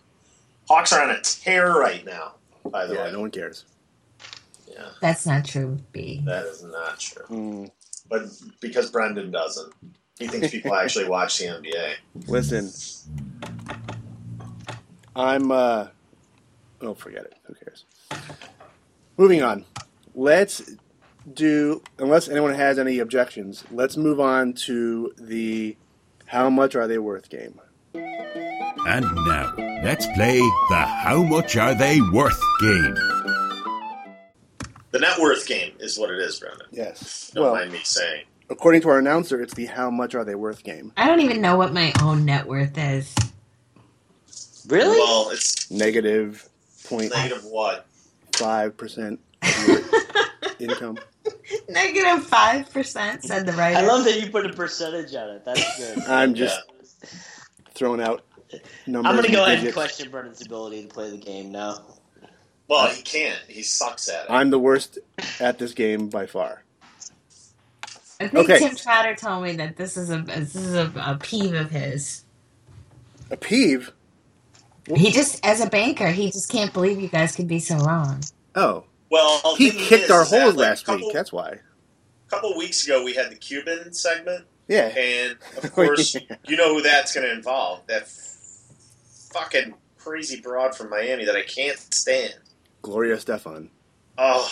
Speaker 2: Hawks are on a tear right now. By the
Speaker 3: Yeah,
Speaker 2: way,
Speaker 3: no one cares.
Speaker 2: yeah,
Speaker 7: That's not true, B.
Speaker 3: Mm.
Speaker 2: that is not true. but because Brendan doesn't, he thinks people actually watch the NBA.
Speaker 3: Listen, I'm. uh Oh, forget it. Who cares? Moving on. Let's do. Unless anyone has any objections, let's move on to the "How much are they worth?" game.
Speaker 5: And now, let's play the How Much Are They Worth game.
Speaker 2: The net worth game is what it is, Brendan.
Speaker 3: Yes.
Speaker 2: Don't
Speaker 3: well,
Speaker 2: mind me saying.
Speaker 3: according to our announcer, it's the "How much are they worth?" game.
Speaker 7: I don't even know what my own net worth is.
Speaker 1: Really?
Speaker 2: Well, it's
Speaker 3: Negative point
Speaker 2: negative what?
Speaker 3: five percent income.
Speaker 7: Negative five percent said the writer.
Speaker 1: I love that you put a percentage on it. That's good.
Speaker 3: I'm just throwing out numbers.
Speaker 1: I'm gonna
Speaker 3: and
Speaker 1: go ahead and
Speaker 3: digits.
Speaker 1: question Brennan's ability to play the game now.
Speaker 2: Well, he can't. He sucks at it.
Speaker 3: I'm the worst at this game by far.
Speaker 7: I think
Speaker 3: okay.
Speaker 7: Tim Trotter told me that this is a this is a, a peeve of his.
Speaker 3: A peeve?
Speaker 7: He just, as a banker, he just can't believe you guys could be so wrong.
Speaker 3: Oh,
Speaker 2: well, the
Speaker 3: he
Speaker 2: thing
Speaker 3: kicked
Speaker 2: is,
Speaker 3: our
Speaker 2: is that,
Speaker 3: holes
Speaker 2: like,
Speaker 3: last
Speaker 2: couple,
Speaker 3: week. That's why.
Speaker 2: couple weeks ago, we had the Cuban segment,
Speaker 3: Yeah.
Speaker 2: and
Speaker 3: Oh,
Speaker 2: of course,
Speaker 3: yeah.
Speaker 2: you know who that's going to involve. That fucking crazy broad from Miami that I can't stand.
Speaker 3: Gloria Stefan.
Speaker 2: Oh,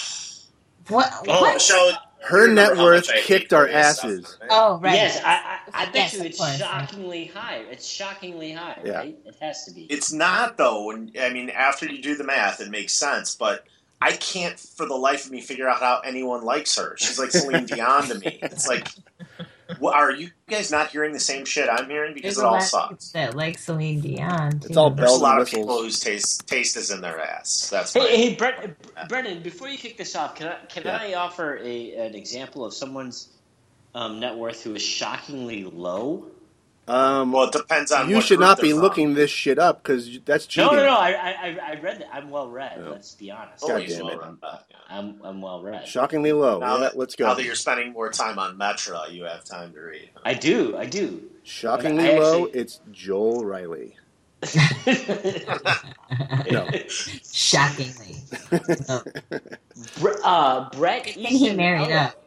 Speaker 7: What?
Speaker 2: oh
Speaker 7: what?
Speaker 2: Michelle,
Speaker 3: Her
Speaker 2: you
Speaker 3: net
Speaker 2: remember how
Speaker 3: worth
Speaker 2: much I hate
Speaker 3: kicked our
Speaker 2: Gloria
Speaker 3: asses.
Speaker 2: Estefan, right?
Speaker 7: Oh, right.
Speaker 1: Yes, I, I, I bet
Speaker 7: Yes,
Speaker 1: you
Speaker 7: of
Speaker 1: it's
Speaker 7: course.
Speaker 1: shockingly high. It's shockingly high,
Speaker 3: Yeah.
Speaker 1: right? It has to be.
Speaker 2: It's not though, and I mean, after you do the math, it makes sense. But I can't, for the life of me, figure out how anyone likes her. She's like Celine Dion to me. It's like, wh- are you guys not hearing the same shit I'm hearing? Because
Speaker 7: There's
Speaker 2: it
Speaker 7: a lot
Speaker 2: all
Speaker 7: of
Speaker 2: sucks.
Speaker 7: people that like Celine Dion.
Speaker 3: It's
Speaker 7: too.
Speaker 3: all
Speaker 2: There's a
Speaker 3: bells
Speaker 2: lot
Speaker 3: and
Speaker 2: of people
Speaker 3: whistles.
Speaker 2: whose taste taste is in their ass. That's
Speaker 1: Hey,
Speaker 2: my
Speaker 1: hey, Brent, Brennan, before you kick this off, can I can
Speaker 3: Yeah.
Speaker 1: I offer a an example of someone's um, net worth who is shockingly low?
Speaker 3: Um,
Speaker 2: Well, it depends on.
Speaker 3: you
Speaker 2: what
Speaker 3: should
Speaker 2: group
Speaker 3: not be
Speaker 2: they're from.
Speaker 3: looking this shit up because that's cheating.
Speaker 1: No, no, no. I, I, I- I read that. I'm well read.
Speaker 3: Yeah.
Speaker 1: Let's be honest.
Speaker 3: God
Speaker 2: Holy
Speaker 3: damn
Speaker 2: smokes.
Speaker 3: it.
Speaker 1: I'm I'm well read.
Speaker 3: Shockingly low.
Speaker 2: Now
Speaker 3: Yeah,
Speaker 2: that-
Speaker 3: let's
Speaker 2: Now
Speaker 3: go.
Speaker 2: that you're spending more time on Metro, you have time to read.
Speaker 1: I do. I do.
Speaker 3: Shockingly
Speaker 1: I actually-
Speaker 3: low. It's Joel Riley. No.
Speaker 7: Shockingly.
Speaker 1: Br- uh, Brett Easton.
Speaker 7: And he married
Speaker 1: Ellis.
Speaker 7: up.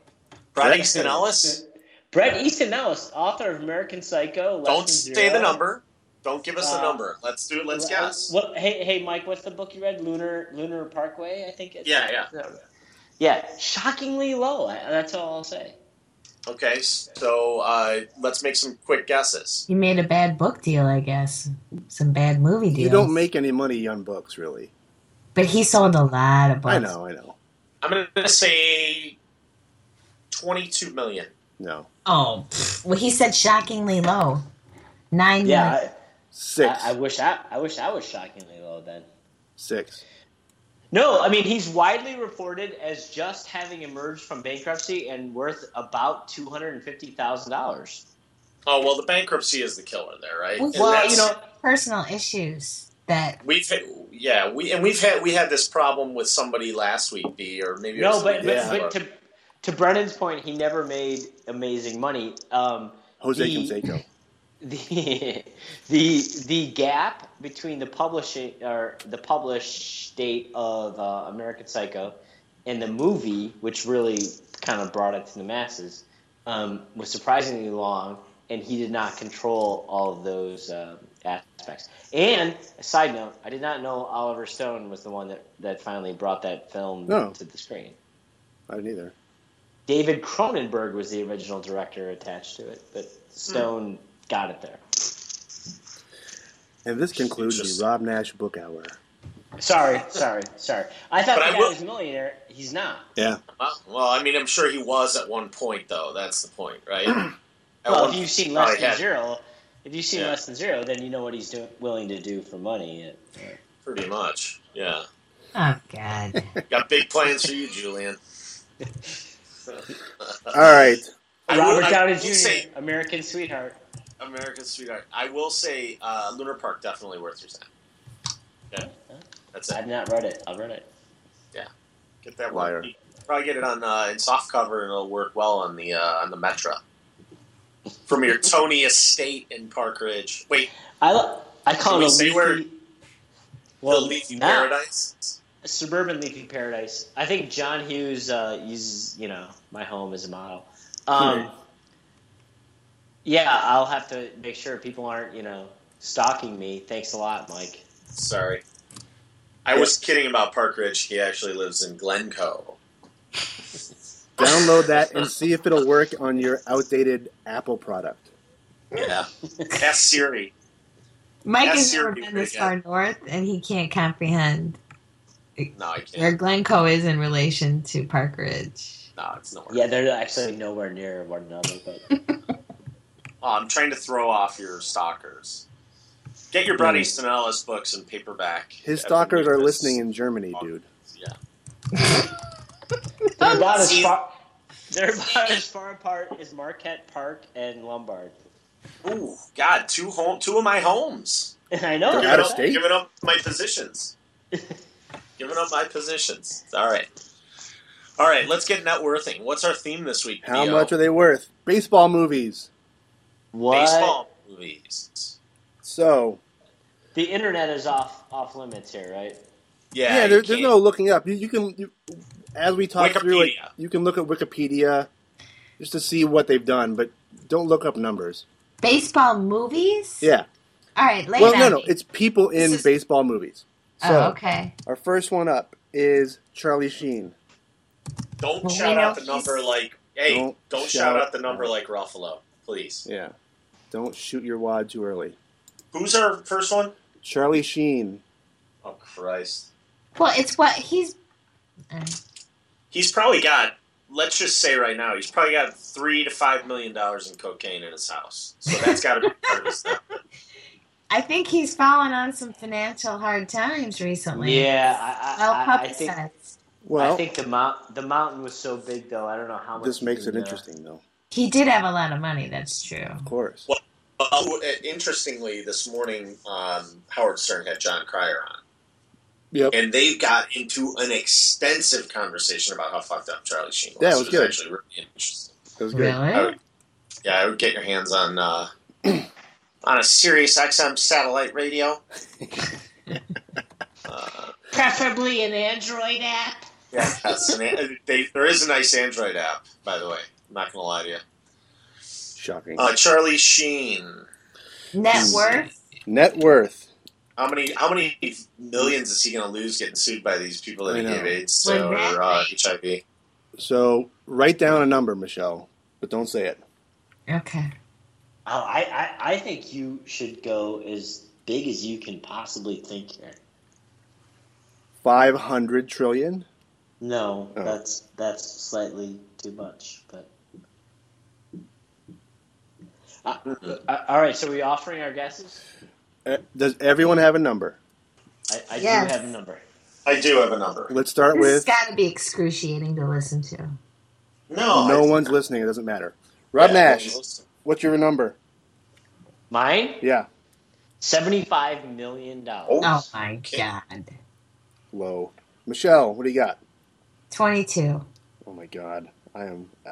Speaker 2: Brad Easton Ellis.
Speaker 1: Brett Easton Ellis, author of American Psycho. Less Than
Speaker 2: Don't say
Speaker 1: Zero.
Speaker 2: the number. Don't give us the
Speaker 1: Uh,
Speaker 2: number. Let's do. Let's
Speaker 1: Well, uh,
Speaker 2: guess.
Speaker 1: What, hey, hey, Mike, what's the book you read? Lunar, Lunar Parkway, I think. It's,
Speaker 2: Yeah, yeah.
Speaker 1: yeah. Shockingly low. I, that's all I'll say.
Speaker 2: Okay, so uh, let's make some quick guesses.
Speaker 7: You made a bad book deal, I guess. Some bad movie deal.
Speaker 3: You don't make any money on books, really.
Speaker 7: But he sold a lot of books.
Speaker 3: I know. I know.
Speaker 2: I'm going to say 22 million.
Speaker 3: No.
Speaker 7: Oh, pfft. well, he said shockingly low. Nine. million.
Speaker 1: Yeah, I,
Speaker 3: Six.
Speaker 1: I, I wish I, I wish I was shockingly low then.
Speaker 3: Six.
Speaker 1: No, I mean he's widely reported as just having emerged from bankruptcy and worth about two hundred and fifty thousand dollars.
Speaker 2: Oh, well, the bankruptcy is the killer there, right?
Speaker 7: Well,
Speaker 2: And
Speaker 1: Well,
Speaker 2: that's-
Speaker 1: you know,
Speaker 7: Personal issues that
Speaker 2: We've yeah we and we've had we had this problem with somebody last week B or maybe it
Speaker 1: no,
Speaker 2: was the
Speaker 1: but
Speaker 2: week
Speaker 1: but,
Speaker 3: Yeah.
Speaker 1: but
Speaker 2: before.
Speaker 1: to to Brennan's point, he never made amazing money. Um,
Speaker 3: Jose
Speaker 1: The-
Speaker 3: Canseco.
Speaker 1: the the the gap between the publishing or the published date of uh, American Psycho and the movie, which really kind of brought it to the masses, um, was surprisingly long, and he did not control all of those um, aspects. And a side note, I did not know Oliver Stone was the one that, that finally brought that film
Speaker 3: No.
Speaker 1: to the screen.
Speaker 3: I didn't either.
Speaker 1: David Cronenberg was the original director attached to it, but Stone got it there.
Speaker 3: And this concludes the
Speaker 2: Interesting.
Speaker 3: Rob Nash Book Hour.
Speaker 1: Sorry, sorry, sorry. I thought
Speaker 2: But
Speaker 1: the
Speaker 2: I
Speaker 1: guy
Speaker 2: will-
Speaker 1: was a millionaire. He's not.
Speaker 3: Yeah.
Speaker 2: Well, well, I mean I'm sure he was at one point though. That's the point, right? At
Speaker 1: well,
Speaker 2: one-
Speaker 1: if you've seen
Speaker 2: probably
Speaker 1: less than
Speaker 2: had-
Speaker 1: zero, if you've seen
Speaker 2: Yeah.
Speaker 1: less than zero, then you know what he's doing, willing to do for money.
Speaker 2: pretty much, yeah.
Speaker 7: Oh God!
Speaker 2: Got big plans for you, Julian.
Speaker 3: All right.
Speaker 2: I will-
Speaker 1: Robert
Speaker 2: I
Speaker 1: Downey
Speaker 2: will
Speaker 1: Jr.,
Speaker 2: say-
Speaker 1: American sweetheart.
Speaker 2: American Sweetheart. I will say uh, Lunar Park definitely worth your time. Yeah, that's it.
Speaker 1: I've not read it. I've read it.
Speaker 2: Get that
Speaker 3: Liar.
Speaker 2: one. Probably get it on uh, in soft cover, and it'll work well on the uh, on the Metro. From your Tony Estate in Park Ridge. Wait,
Speaker 1: I lo- I call
Speaker 2: Can we
Speaker 1: it a
Speaker 2: say
Speaker 1: leafy,
Speaker 2: where-
Speaker 1: well,
Speaker 2: the Leafy
Speaker 1: not-
Speaker 2: Paradise.
Speaker 1: a suburban leafy paradise. I think John Hughes uh, uses you know my home as a model. Um,
Speaker 2: Hmm.
Speaker 1: yeah, I'll have to make sure people aren't, you know, stalking me. Thanks a lot, Mike.
Speaker 2: Sorry. I was kidding about Park Ridge. He actually lives in Glencoe.
Speaker 3: Download that and see if it'll work on your outdated Apple product.
Speaker 2: Yeah. Ask Siri.
Speaker 7: Mike
Speaker 2: Yes,
Speaker 7: has
Speaker 2: you're
Speaker 7: never
Speaker 2: being
Speaker 7: been this
Speaker 2: pretty
Speaker 7: far north, and he can't comprehend
Speaker 2: No, I
Speaker 7: where
Speaker 2: can't.
Speaker 7: Glencoe is in relation to Park Ridge.
Speaker 2: No, it's nowhere.
Speaker 1: Yeah, they're actually nowhere near one another. But
Speaker 2: Oh, I'm trying to throw off your stalkers. Get your Brody
Speaker 1: Hmm.
Speaker 2: Stenellis books in paperback. Every
Speaker 3: His stalkers
Speaker 2: week
Speaker 3: are
Speaker 2: this-
Speaker 3: listening in Germany, dude.
Speaker 2: Yeah.
Speaker 1: they're about as
Speaker 2: See-
Speaker 1: far. They're about as far apart as Marquette Park and Lombard.
Speaker 2: Ooh, God, two home, two of my homes.
Speaker 1: I know.
Speaker 3: They're out of
Speaker 2: up,
Speaker 3: state?
Speaker 2: Giving up my positions. giving up my positions. It's All right. All right, let's get net worthing. What's our theme this week?
Speaker 3: How
Speaker 2: Theo?
Speaker 3: much are they worth? Baseball movies.
Speaker 1: What?
Speaker 2: baseball movies?
Speaker 3: So
Speaker 1: The internet is off off limits here, right?
Speaker 2: Yeah,
Speaker 3: yeah,
Speaker 2: you
Speaker 3: there, there's
Speaker 2: can't-
Speaker 3: no looking up. You, you can, you, as we talk through it,
Speaker 2: Wikipedia.
Speaker 3: you can look at Wikipedia just to see what they've done, but don't look up numbers.
Speaker 7: Baseball movies?
Speaker 3: Yeah.
Speaker 7: All right, lay
Speaker 3: Well,
Speaker 7: it
Speaker 3: no,
Speaker 7: on
Speaker 3: no,
Speaker 7: me.
Speaker 3: it's uh, people in
Speaker 7: This is-
Speaker 3: baseball movies. So
Speaker 7: oh, okay.
Speaker 3: our first one up is Charlie Sheen.
Speaker 2: Don't
Speaker 7: Well, we
Speaker 2: shout out
Speaker 7: know
Speaker 2: the number
Speaker 7: he's-
Speaker 2: like. Hey, don't,
Speaker 3: Don't
Speaker 2: shout
Speaker 3: shout
Speaker 2: out the number like Ruffalo, please.
Speaker 3: Yeah. Don't shoot your wad too early.
Speaker 2: Who's our first one?
Speaker 3: Charlie Sheen.
Speaker 2: Oh Christ,
Speaker 7: Well, it's what he's. all right.
Speaker 2: he's probably got. Let's just say right now, he's probably got three to five million dollars in cocaine in his house. So that's got to be part of his thing.
Speaker 7: I think he's fallen on some financial hard times recently.
Speaker 1: Yeah, I,
Speaker 7: Well
Speaker 1: I, I, I think
Speaker 7: publicized.
Speaker 1: I
Speaker 3: Well,
Speaker 1: think the mount the mountain was so big though. I don't know how much
Speaker 3: this makes
Speaker 1: you
Speaker 3: it
Speaker 1: can, uh,
Speaker 3: interesting, though.
Speaker 7: He did have a lot of money, that's true.
Speaker 3: Of course.
Speaker 2: Well- Oh, uh, interestingly, this morning um, Howard Stern had John Cryer on,
Speaker 3: Yep.
Speaker 2: and they got into an extensive conversation about how fucked up Charlie Sheen was.
Speaker 3: Yeah, it was
Speaker 2: which
Speaker 3: good.
Speaker 2: actually really interesting.
Speaker 3: That was good.
Speaker 7: Really?
Speaker 2: I would- yeah, I would get your hands on uh, on a Sirius XM satellite radio. uh,
Speaker 4: Preferably an Android app.
Speaker 2: yeah, that's an, a- they, there is a nice Android app, by the way. I'm not gonna lie to you.
Speaker 3: Shocking.
Speaker 2: Uh, Charlie Sheen.
Speaker 7: Net worth?
Speaker 3: Net worth.
Speaker 2: How many how many millions is he gonna lose getting sued by these people that
Speaker 3: I
Speaker 2: he
Speaker 3: know.
Speaker 2: gave AIDS
Speaker 7: Well,
Speaker 2: to
Speaker 7: that-
Speaker 2: or uh, HIV?
Speaker 3: So write down a number, Michelle, but don't say it.
Speaker 7: Okay.
Speaker 1: Oh, I, I I think you should go as big as you can possibly think here.
Speaker 3: Five hundred trillion.
Speaker 1: No,
Speaker 3: Oh.
Speaker 1: that's that's slightly too much. But Uh, uh, all right, so are we offering our guesses?
Speaker 3: Uh, Does everyone have a number?
Speaker 1: I, I
Speaker 7: Yes.
Speaker 1: do have a number.
Speaker 2: I do have a number.
Speaker 3: Let's start
Speaker 7: This has
Speaker 3: with.
Speaker 7: got to be excruciating to listen to.
Speaker 2: No,
Speaker 3: no
Speaker 2: I-
Speaker 3: one's listening. It doesn't matter. Rob
Speaker 2: yeah,
Speaker 3: Nash,
Speaker 2: most-
Speaker 3: what's your number?
Speaker 1: Mine
Speaker 3: Yeah,
Speaker 1: seventy five million dollars.
Speaker 2: Oh,
Speaker 7: Oh my god.
Speaker 3: low. Michelle, what do you got?
Speaker 7: 22.
Speaker 3: Oh my God, I am. uh,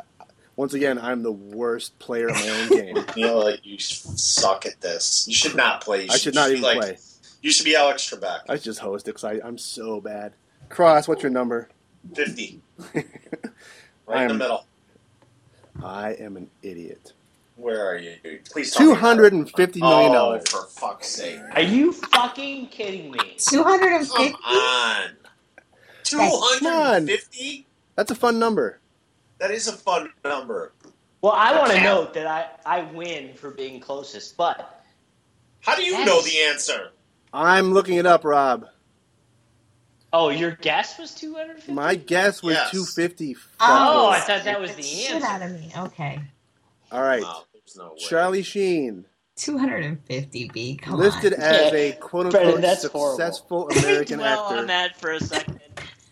Speaker 3: Once again, I'm the worst player at my own game.
Speaker 2: Neil, you suck at this. You should not play. You
Speaker 3: I should not
Speaker 2: be
Speaker 3: even
Speaker 2: like-
Speaker 3: play.
Speaker 2: You should be Alex Trebek.
Speaker 3: I should just host it because I'm so bad. Cross, what's your number?
Speaker 2: 50. right
Speaker 3: I
Speaker 2: in the
Speaker 3: am-
Speaker 2: middle.
Speaker 3: I am an idiot.
Speaker 2: Where are you, dude? Please tell me
Speaker 3: Two
Speaker 2: you're
Speaker 3: hundred and fifty
Speaker 2: not.
Speaker 3: million
Speaker 2: Oh,
Speaker 3: dollars.
Speaker 2: for fuck's sake.
Speaker 1: Are you fucking kidding me?
Speaker 7: 250?
Speaker 2: Come on.
Speaker 3: fun.
Speaker 2: 250?
Speaker 3: That's a fun number.
Speaker 2: That is a fun number.
Speaker 1: Well, I want to
Speaker 2: Okay.
Speaker 1: note that I I win for being closest, but
Speaker 2: How do you
Speaker 4: That
Speaker 2: know
Speaker 4: is-
Speaker 2: the answer?
Speaker 3: I'm looking it up, Rob.
Speaker 1: oh, your guess was two hundred fifty.
Speaker 3: My guess was
Speaker 2: Yes.
Speaker 3: 250.
Speaker 1: Oh, I
Speaker 3: fuckers.
Speaker 1: thought that was the
Speaker 7: Shit out
Speaker 1: answer.
Speaker 7: of me. Okay.
Speaker 1: Oh.
Speaker 3: All right.
Speaker 2: Wow, Oh, there's no way.
Speaker 3: Charlie Sheen,
Speaker 7: 250 B. Come
Speaker 3: listed
Speaker 7: on.
Speaker 3: as a quote
Speaker 1: Brendan,
Speaker 3: unquote
Speaker 1: that's
Speaker 3: successful
Speaker 1: Let me
Speaker 3: American
Speaker 1: dwell
Speaker 3: actor.
Speaker 1: on that for a second.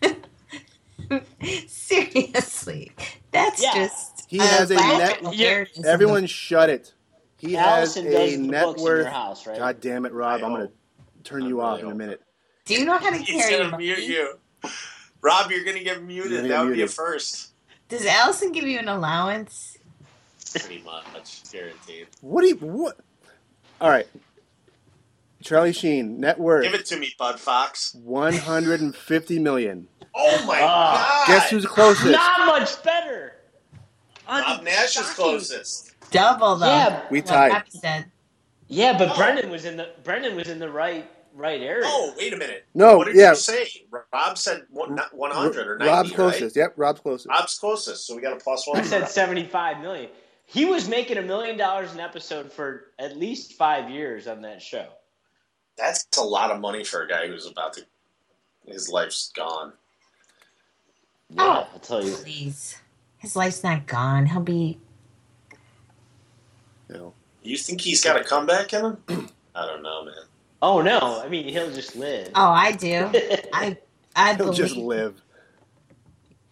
Speaker 7: Seriously. That's
Speaker 1: Yeah.
Speaker 7: just.
Speaker 3: He has a net-
Speaker 7: lack of awareness in the-
Speaker 3: Everyone, shut it. He
Speaker 1: Allison
Speaker 3: has a
Speaker 1: does the
Speaker 3: net
Speaker 1: books in your
Speaker 3: worth.
Speaker 1: house, right?
Speaker 3: God damn it, Rob!
Speaker 2: I
Speaker 3: I'm gonna
Speaker 2: hope.
Speaker 3: turn
Speaker 2: I'm
Speaker 3: you
Speaker 2: really
Speaker 3: off in a
Speaker 2: hoping.
Speaker 3: minute.
Speaker 7: Do you know how to
Speaker 2: He's
Speaker 7: carry
Speaker 2: going to
Speaker 7: money?
Speaker 2: mute you. Rob, you're going to get muted.
Speaker 3: gonna get
Speaker 2: that would be a
Speaker 3: muted.
Speaker 2: first.
Speaker 7: Does Allison give you an allowance?
Speaker 2: Pretty much. Guaranteed.
Speaker 3: What do you? What? All right. Charlie Sheen, net
Speaker 2: Give
Speaker 3: worth
Speaker 2: it to me, Bud Fox.
Speaker 3: 150 million.
Speaker 2: Oh,
Speaker 1: Ah.
Speaker 2: my God.
Speaker 3: Ah. Guess who's closest?
Speaker 1: Not much better.
Speaker 2: Bob Nash is closest.
Speaker 7: Double though.
Speaker 1: Yeah,
Speaker 3: We
Speaker 7: Like
Speaker 3: tied.
Speaker 7: Rob said.
Speaker 1: yeah, but
Speaker 2: Oh.
Speaker 1: Brendan was in the Brendan was in the right right area.
Speaker 2: Oh, wait a minute.
Speaker 3: No,
Speaker 2: what did
Speaker 3: yeah.
Speaker 2: you say? Rob said one- not 100 or 90,
Speaker 3: Rob's
Speaker 2: right?
Speaker 3: closest. Yep, Rob's closest.
Speaker 2: Rob's closest, so we got a plus one.
Speaker 1: I
Speaker 2: for
Speaker 1: said
Speaker 2: Rob.
Speaker 1: seventy five million. He was making a million dollars an episode for at least five years on that show.
Speaker 2: That's a lot of money for a guy who's about to. His life's gone.
Speaker 1: Yeah, I'll tell you.
Speaker 7: Please. His life's not gone. He'll be
Speaker 3: you know.
Speaker 2: You think he's got a comeback in him? I don't know, man.
Speaker 1: Oh no, I mean he'll just live.
Speaker 7: Oh, I do. I I
Speaker 3: He'll
Speaker 7: believe
Speaker 3: just live.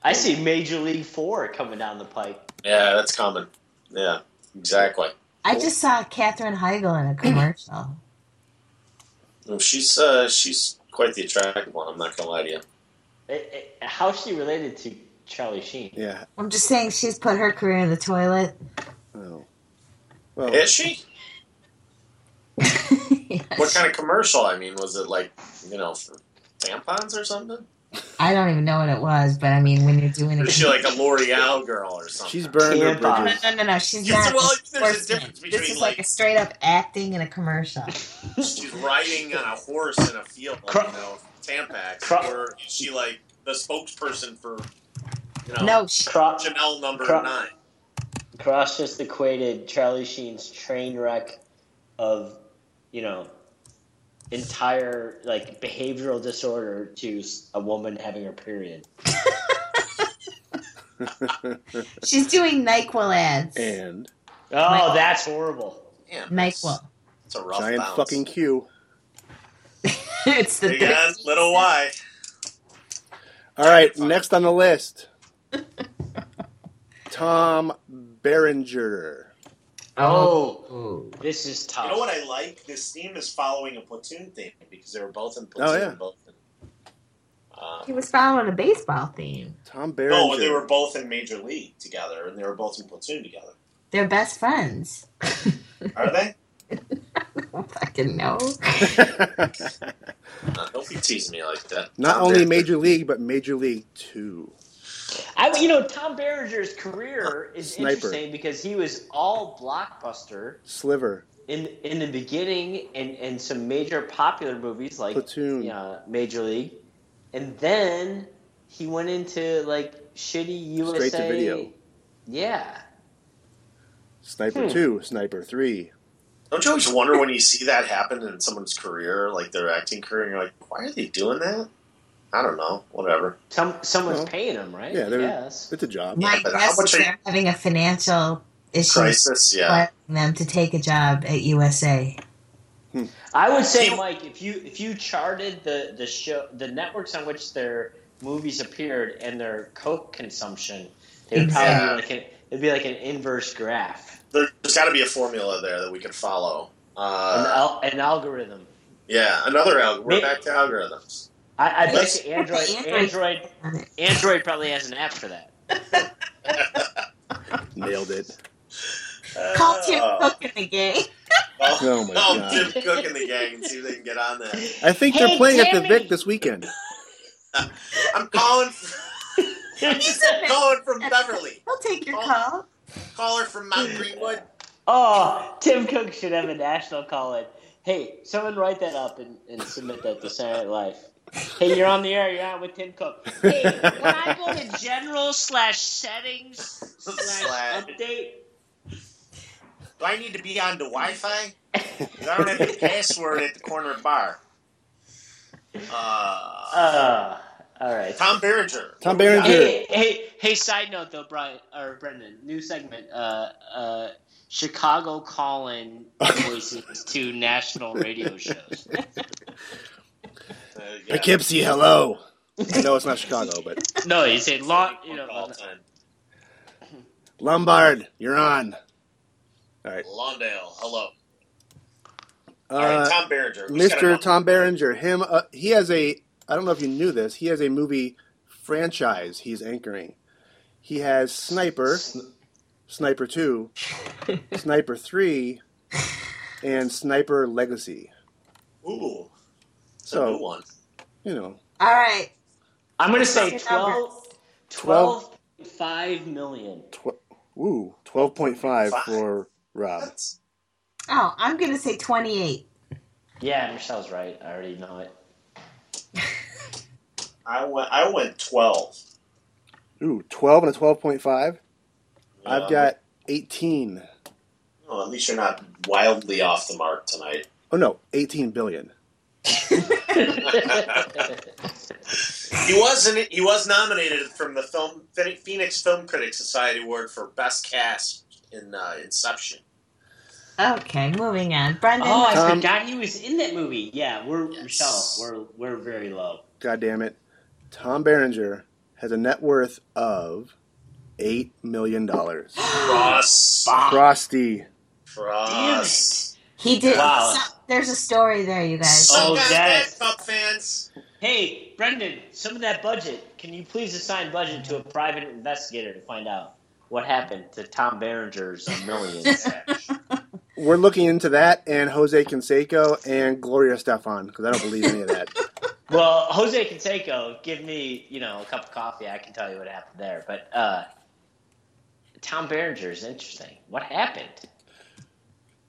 Speaker 1: I see Major League Four coming down the pike.
Speaker 2: Yeah, that's common. Yeah, exactly.
Speaker 7: I just saw Katherine Heigl in a commercial.
Speaker 2: Well, She's uh, she's quite the attractive one. I'm not gonna lie to you.
Speaker 1: Eh, eh, How's she related to Charlie Sheen?
Speaker 3: Yeah.
Speaker 7: I'm just saying she's put her career in the toilet.
Speaker 3: Oh. Well,
Speaker 2: Is she?
Speaker 7: Yes.
Speaker 2: What kind of commercial? I mean, was it like you know for tampons or something?
Speaker 7: I don't even know what it was, but I mean, when you're doing
Speaker 2: Or
Speaker 7: it,
Speaker 2: is she like a L'Oreal girl or something?
Speaker 3: she's burned her
Speaker 1: Tampon.
Speaker 3: bridges.
Speaker 7: no, no, no, no, she's
Speaker 2: Yes,
Speaker 7: not.
Speaker 2: well,
Speaker 7: This is
Speaker 2: there's a
Speaker 7: worse
Speaker 2: difference
Speaker 7: than-
Speaker 2: between,
Speaker 7: this is like, a
Speaker 2: like-
Speaker 7: straight up acting in a commercial.
Speaker 2: she's riding on a horse in a field,
Speaker 1: Cro-
Speaker 2: you know, Tampax,
Speaker 1: Cro-
Speaker 2: or is she like the spokesperson for you know
Speaker 7: No, she,
Speaker 1: Cro-
Speaker 2: Chanel number
Speaker 1: Cro-
Speaker 2: nine?
Speaker 1: Cross just equated Charlie Sheen's train wreck of, you know, entire like behavioral disorder to s- a woman having her period.
Speaker 7: she's doing Nyquil ads.
Speaker 3: And
Speaker 1: Oh, that's horrible.
Speaker 2: Damn, that's-
Speaker 7: Nyquil.
Speaker 2: It's a rough
Speaker 3: giant
Speaker 2: bounce.
Speaker 3: fucking Q.
Speaker 7: it's the
Speaker 2: Big N, little Y.
Speaker 3: All right, next on the list, Tom Berenger.
Speaker 1: Oh, this is tough.
Speaker 2: You know what I like? This theme is following a platoon theme because they were both in
Speaker 3: Oh,
Speaker 2: platoon.
Speaker 3: yeah.
Speaker 2: both in, uh,
Speaker 7: He was following a baseball theme.
Speaker 3: Tom Berenger.
Speaker 2: no, Oh, they were both in Major League together, and they were both in platoon together.
Speaker 7: They're best friends.
Speaker 2: Are they?
Speaker 7: Fucking no.
Speaker 2: Uh, don't be teasing me like that.
Speaker 3: Not
Speaker 2: Tom
Speaker 3: only
Speaker 2: Berenger.
Speaker 3: Major League, but Major League Two.
Speaker 1: I, you know, Tom Berenger's career is
Speaker 3: Sniper.
Speaker 1: interesting because he was all blockbuster
Speaker 3: Sliver.
Speaker 1: in in the beginning and and some major popular movies like
Speaker 3: Platoon.
Speaker 1: yeah, Major League, and then he went into like shitty USA.
Speaker 3: Straight to video.
Speaker 1: Yeah,
Speaker 3: Sniper
Speaker 1: Hmm.
Speaker 3: Two. Sniper Three.
Speaker 2: Don't you always wonder when you see that happen in someone's career, like their acting career, and you're like, why are they doing that? I don't know. Whatever.
Speaker 1: some someone's
Speaker 3: Well,
Speaker 1: paying him, right?
Speaker 3: Yeah, they're,
Speaker 1: Yes.
Speaker 3: it's a job.
Speaker 7: My
Speaker 2: but how
Speaker 7: guess
Speaker 2: much
Speaker 7: is
Speaker 2: are you-
Speaker 7: they're having a financial issue
Speaker 2: Crisis. Yeah.
Speaker 7: requiring them to take a job at USA.
Speaker 1: I would say,
Speaker 2: He-
Speaker 1: Mike, if you if you charted the the show the networks on which their movies appeared and their coke consumption, they would probably
Speaker 2: Yeah.
Speaker 1: be like an, it'd be like an inverse graph,
Speaker 2: There's got to be a formula there that we can follow.
Speaker 1: an,
Speaker 2: Uh,
Speaker 1: al- an algorithm.
Speaker 2: yeah. Another algorithm. We're
Speaker 1: May-
Speaker 2: back to algorithms.
Speaker 1: I, I
Speaker 2: Let's-
Speaker 1: bet you Android,
Speaker 7: Android-
Speaker 1: Android, Android probably has an app for that.
Speaker 3: Nailed it.
Speaker 7: Call Tim
Speaker 2: Uh,
Speaker 7: Cook in the game.
Speaker 2: well,
Speaker 3: Oh, my
Speaker 2: call
Speaker 3: God.
Speaker 2: Tim Cook and the gang and see if they can get on that.
Speaker 3: I think
Speaker 1: Hey,
Speaker 3: they're playing at the
Speaker 1: Jimmy!
Speaker 3: Vic this weekend.
Speaker 2: I'm calling.
Speaker 7: He's a man.
Speaker 2: calling from Beverly.
Speaker 7: He'll take your
Speaker 2: Oh.
Speaker 7: call.
Speaker 2: Caller from Mount Greenwood.
Speaker 1: Oh, Tim Cook should have a national call in. Hey, someone write that up and, and submit that to Saturday Night Life. Hey, you're on the air. You're on with Tim Cook. Hey, when I go to general slash settings slash
Speaker 2: Slash.
Speaker 1: update,
Speaker 2: Do I need to be on the Wi-Fi? 'Cause I don't have the password at the corner bar. Uh,
Speaker 1: uh, all right.
Speaker 2: Tom Berenger.
Speaker 3: Tom Berenger.
Speaker 1: Hey, hey, hey! Side note though, Brian or Brendan, new segment. Uh, uh, Chicago calling voices to national radio shows.
Speaker 2: Uh, yeah.
Speaker 3: Poughkeepsie, hello. I know it's not Chicago, but
Speaker 1: No, you say long. You
Speaker 2: All
Speaker 1: know,
Speaker 2: time.
Speaker 3: Lombard, you're on.
Speaker 2: Lawndale, hello. All right,
Speaker 3: Uh,
Speaker 2: Tom Berenger. Who's got a
Speaker 3: Mr.
Speaker 2: number?
Speaker 3: Tom Berenger, him, uh, he has a. I don't know if you knew this. He has a movie franchise he's anchoring. He has Sniper, Sniper Two, Sniper Three, and Sniper Legacy.
Speaker 2: Ooh, it's a new
Speaker 3: So
Speaker 2: one.
Speaker 3: you know,
Speaker 7: All right.
Speaker 1: I'm gonna say
Speaker 7: Your number.
Speaker 1: 12, 12.5 million.
Speaker 3: tw- Ooh, 12.5 for Rob.
Speaker 2: That's-
Speaker 7: Oh, I'm going to say 28.
Speaker 1: Yeah, Michelle's right. I already know it.
Speaker 2: I went. I went twelve.
Speaker 3: Ooh, 12 and a 12.5.
Speaker 2: Yeah.
Speaker 3: I've got 18.
Speaker 2: Well, at least you're not wildly off the mark tonight.
Speaker 3: Oh, no, 18 billion.
Speaker 2: He wasn't. He was nominated from the film Phoenix Film Critics Society Award for Best Cast in uh, Inception.
Speaker 7: Okay, moving on. Brendan,
Speaker 1: Oh, I
Speaker 3: Um,
Speaker 1: forgot he was in that movie. Yeah, we're
Speaker 2: Yes.
Speaker 1: Michelle. We're we're very low.
Speaker 3: God damn it. Tom Berenger has a net worth of $8 million.
Speaker 2: Ross.
Speaker 3: Frosty.
Speaker 2: Ross.
Speaker 7: he did.
Speaker 1: Wow.
Speaker 7: so- there's a story there, you guys.
Speaker 1: Oh,
Speaker 2: Sometimes
Speaker 1: that-
Speaker 2: Bad Cup fans.
Speaker 1: Hey, Brendan, some of that budget. Can you please assign budget to a private investigator to find out what happened to Tom Berenger's millions?
Speaker 3: We're looking into that and Jose Canseco and Gloria Stefan because I don't believe any of that.
Speaker 1: well, Jose Canseco, give me you know a cup of coffee. I can tell you what happened there. But uh, Tom Berenger is interesting. What happened?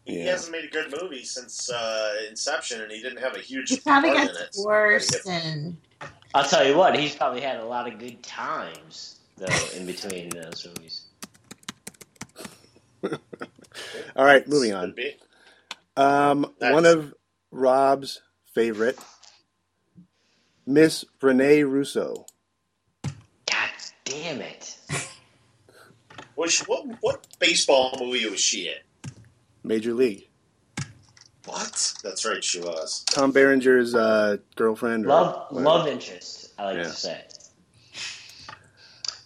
Speaker 2: He
Speaker 3: Yeah.
Speaker 2: hasn't made a good movie since uh, Inception, and he didn't have a huge
Speaker 7: He probably
Speaker 2: part
Speaker 7: got
Speaker 2: in it.
Speaker 7: divorced and
Speaker 1: I'll tell you what. He's probably had a lot of good times though in between those movies.
Speaker 3: All right, moving on.
Speaker 2: Could be.
Speaker 3: Um,
Speaker 2: Nice.
Speaker 3: One of Rob's favorite, Miss Renee Russo.
Speaker 1: God damn it!
Speaker 2: Was she- what, what baseball movie was she in?
Speaker 3: Major League.
Speaker 2: What? That's right, she was.
Speaker 3: Tom Berenger's uh, girlfriend. or
Speaker 1: Love
Speaker 3: whatever.
Speaker 1: love interest. I like
Speaker 3: Yeah.
Speaker 1: to say.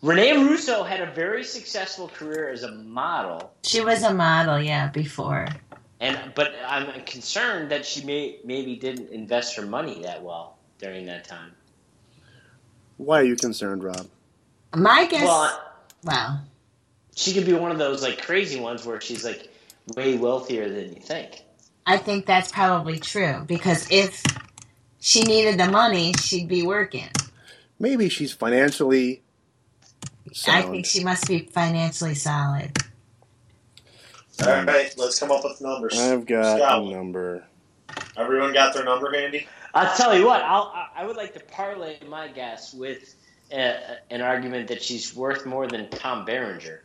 Speaker 1: Renee Russo had a very successful career as a model,
Speaker 7: she was a model, yeah, before.
Speaker 1: and but I'm concerned that she may maybe didn't invest her money that well during that time.
Speaker 3: Why are you concerned, Rob?
Speaker 7: My guess. Well,
Speaker 1: Well,
Speaker 7: wow.
Speaker 1: she could be one of those like crazy ones where she's like way wealthier than you think.
Speaker 7: I think that's probably true because if she needed the money, she'd be working.
Speaker 3: Maybe she's financially
Speaker 7: I
Speaker 3: sound.
Speaker 7: think she must be financially solid.
Speaker 2: All right, let's come up with numbers.
Speaker 3: Mm. I've got
Speaker 2: Scott,
Speaker 3: a number.
Speaker 2: Everyone got their number handy?
Speaker 1: I'll tell you what. I'll, I- I would like to parlay my guess with uh an argument that she's worth more than Tom Berenger.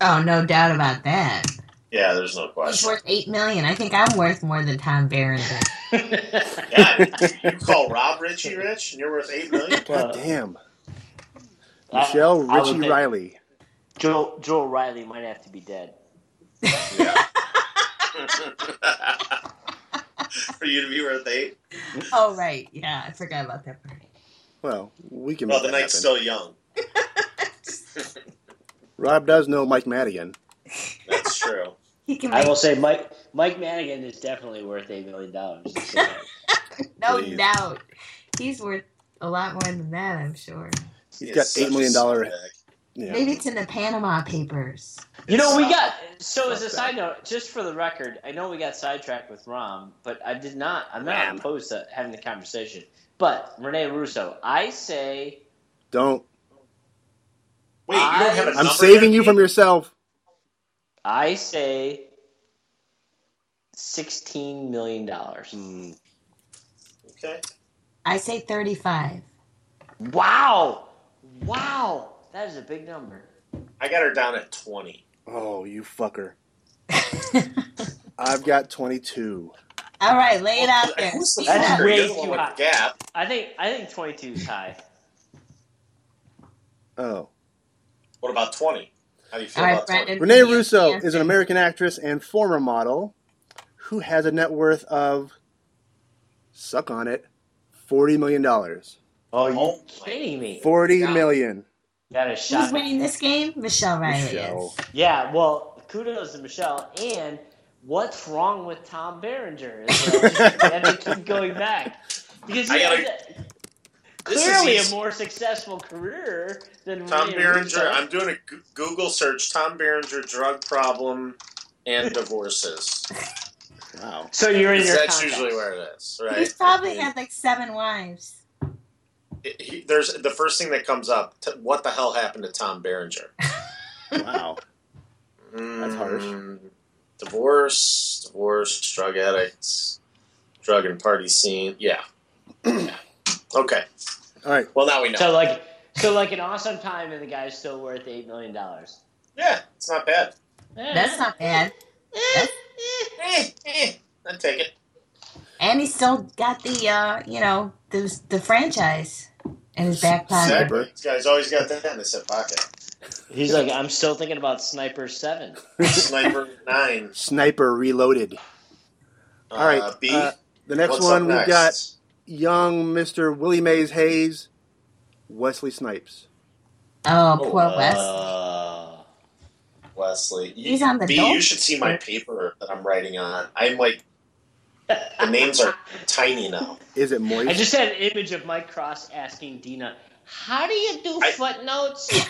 Speaker 7: Oh, no doubt about that.
Speaker 2: Yeah, there's no
Speaker 7: He's
Speaker 2: question.
Speaker 7: worth eight million. I think I'm worth more than Tom Berenger.
Speaker 2: Yeah, you call Rob Richie rich, and you're worth eight million.
Speaker 3: God
Speaker 1: Uh,
Speaker 3: damn.
Speaker 1: I-
Speaker 3: Michelle
Speaker 1: I would
Speaker 3: Richie
Speaker 1: think-
Speaker 3: Riley.
Speaker 1: Joel Joel Riley might have to be dead.
Speaker 2: For you to be worth eight.
Speaker 7: oh right, yeah, I forgot about that part.
Speaker 3: Well, we can
Speaker 2: Well,
Speaker 3: make
Speaker 2: the
Speaker 3: that
Speaker 2: night's
Speaker 3: happen.
Speaker 2: still young.
Speaker 3: Rob does know Mike Madigan.
Speaker 2: That's true.
Speaker 7: He can
Speaker 1: I
Speaker 7: make
Speaker 1: will say Mike Mike Madigan is definitely worth eight million dollars.
Speaker 7: no
Speaker 3: Please.
Speaker 7: doubt. He's worth a lot more than that, I'm sure.
Speaker 3: He's
Speaker 2: He
Speaker 3: got
Speaker 2: is
Speaker 3: eight
Speaker 2: such
Speaker 3: million
Speaker 2: a
Speaker 3: dollar-
Speaker 2: scumbag.
Speaker 3: Yeah.
Speaker 7: Maybe it's in the Panama Papers.
Speaker 1: you know, we got so as a side note, just for the record, I know we got sidetracked with Rom, but I did not I'm not
Speaker 3: Ram.
Speaker 1: opposed to having the conversation. But Renee Russo, I say
Speaker 3: Don't.
Speaker 2: Wait, you don't have a
Speaker 3: I'm
Speaker 2: number
Speaker 3: saving you
Speaker 2: handy?
Speaker 3: from yourself.
Speaker 1: I say sixteen million dollars.
Speaker 2: Hmm. Okay.
Speaker 7: I say thirty-five.
Speaker 1: Wow. Wow. That is a big number.
Speaker 2: I got her down at twenty.
Speaker 3: Oh, you fucker. I've got 22.
Speaker 7: All right, lay it out there.
Speaker 2: Who's the
Speaker 7: Speak
Speaker 1: That's
Speaker 7: up.
Speaker 2: fucker?
Speaker 1: way
Speaker 2: You're the one
Speaker 1: too
Speaker 2: with
Speaker 1: high.
Speaker 2: the gap.
Speaker 1: I think I think twenty two is high.
Speaker 3: Oh.
Speaker 2: What about twenty? How do you feel
Speaker 7: All right,
Speaker 2: about twenty?
Speaker 7: Brendan.
Speaker 3: Renee
Speaker 7: give me an
Speaker 3: Russo
Speaker 7: answer.
Speaker 3: is an American actress and former model who has a net worth of, suck on it, $40 million.
Speaker 1: Oh, you
Speaker 2: Oh,
Speaker 1: kidding me?
Speaker 3: $40
Speaker 2: God.
Speaker 3: million.
Speaker 1: Got a
Speaker 7: Who's
Speaker 1: shot.
Speaker 7: winning this game? Michelle Riley.
Speaker 3: Michelle.
Speaker 7: is.
Speaker 1: Yeah, well, kudos to Michelle. And what's wrong with Tom Berenger? Is that I have to keep going back because he
Speaker 2: I gotta-
Speaker 1: has a-
Speaker 2: This is
Speaker 1: clearly a
Speaker 2: easy.
Speaker 1: more successful career than
Speaker 2: Tom
Speaker 1: Renee
Speaker 2: Berenger.
Speaker 1: Russo.
Speaker 2: I'm doing a Goo- Google search. Tom Berenger drug problem and divorces.
Speaker 3: Wow.
Speaker 1: So you're in your.
Speaker 2: That's
Speaker 1: contest.
Speaker 2: usually where it is, right?
Speaker 7: He's probably had like seven wives.
Speaker 2: It- he- there's the first thing that comes up. T- what the hell happened to Tom Berenger?
Speaker 3: Wow.
Speaker 2: That's
Speaker 3: harsh.
Speaker 2: Mm, Divorce, divorce, drug addicts, drug and party scene. Yeah. Yeah. okay.
Speaker 3: All right.
Speaker 2: Well, now we know.
Speaker 1: So like, so like an awesome time, and the guy's still worth eight million dollars.
Speaker 2: yeah, it's not bad.
Speaker 7: That's not bad.
Speaker 2: Eh, eh, I'd take it.
Speaker 7: And he still got the uh, you know, the the franchise in his back pocket.
Speaker 2: Exactly. This guy's always got that in his hip pocket.
Speaker 1: He's like, I'm still thinking about Sniper Seven.
Speaker 2: Sniper 9.
Speaker 3: Sniper Reloaded.
Speaker 2: Uh,
Speaker 3: All right.
Speaker 2: B.
Speaker 3: uh, the next
Speaker 2: what's
Speaker 3: one
Speaker 2: up
Speaker 3: we
Speaker 2: next?
Speaker 3: got young Mr. Willie Mays Hayes, Wesley Snipes.
Speaker 7: Oh, poor Wes.
Speaker 2: Uh, Wesley. You-
Speaker 7: He's on the
Speaker 2: B, you
Speaker 7: Dolphins.
Speaker 2: should see my paper that I'm writing on. I'm like, the names are tiny now.
Speaker 3: Is it moist?
Speaker 1: I just had an image of Mike Cross asking Dina, "How do you do
Speaker 2: I-
Speaker 1: footnotes?"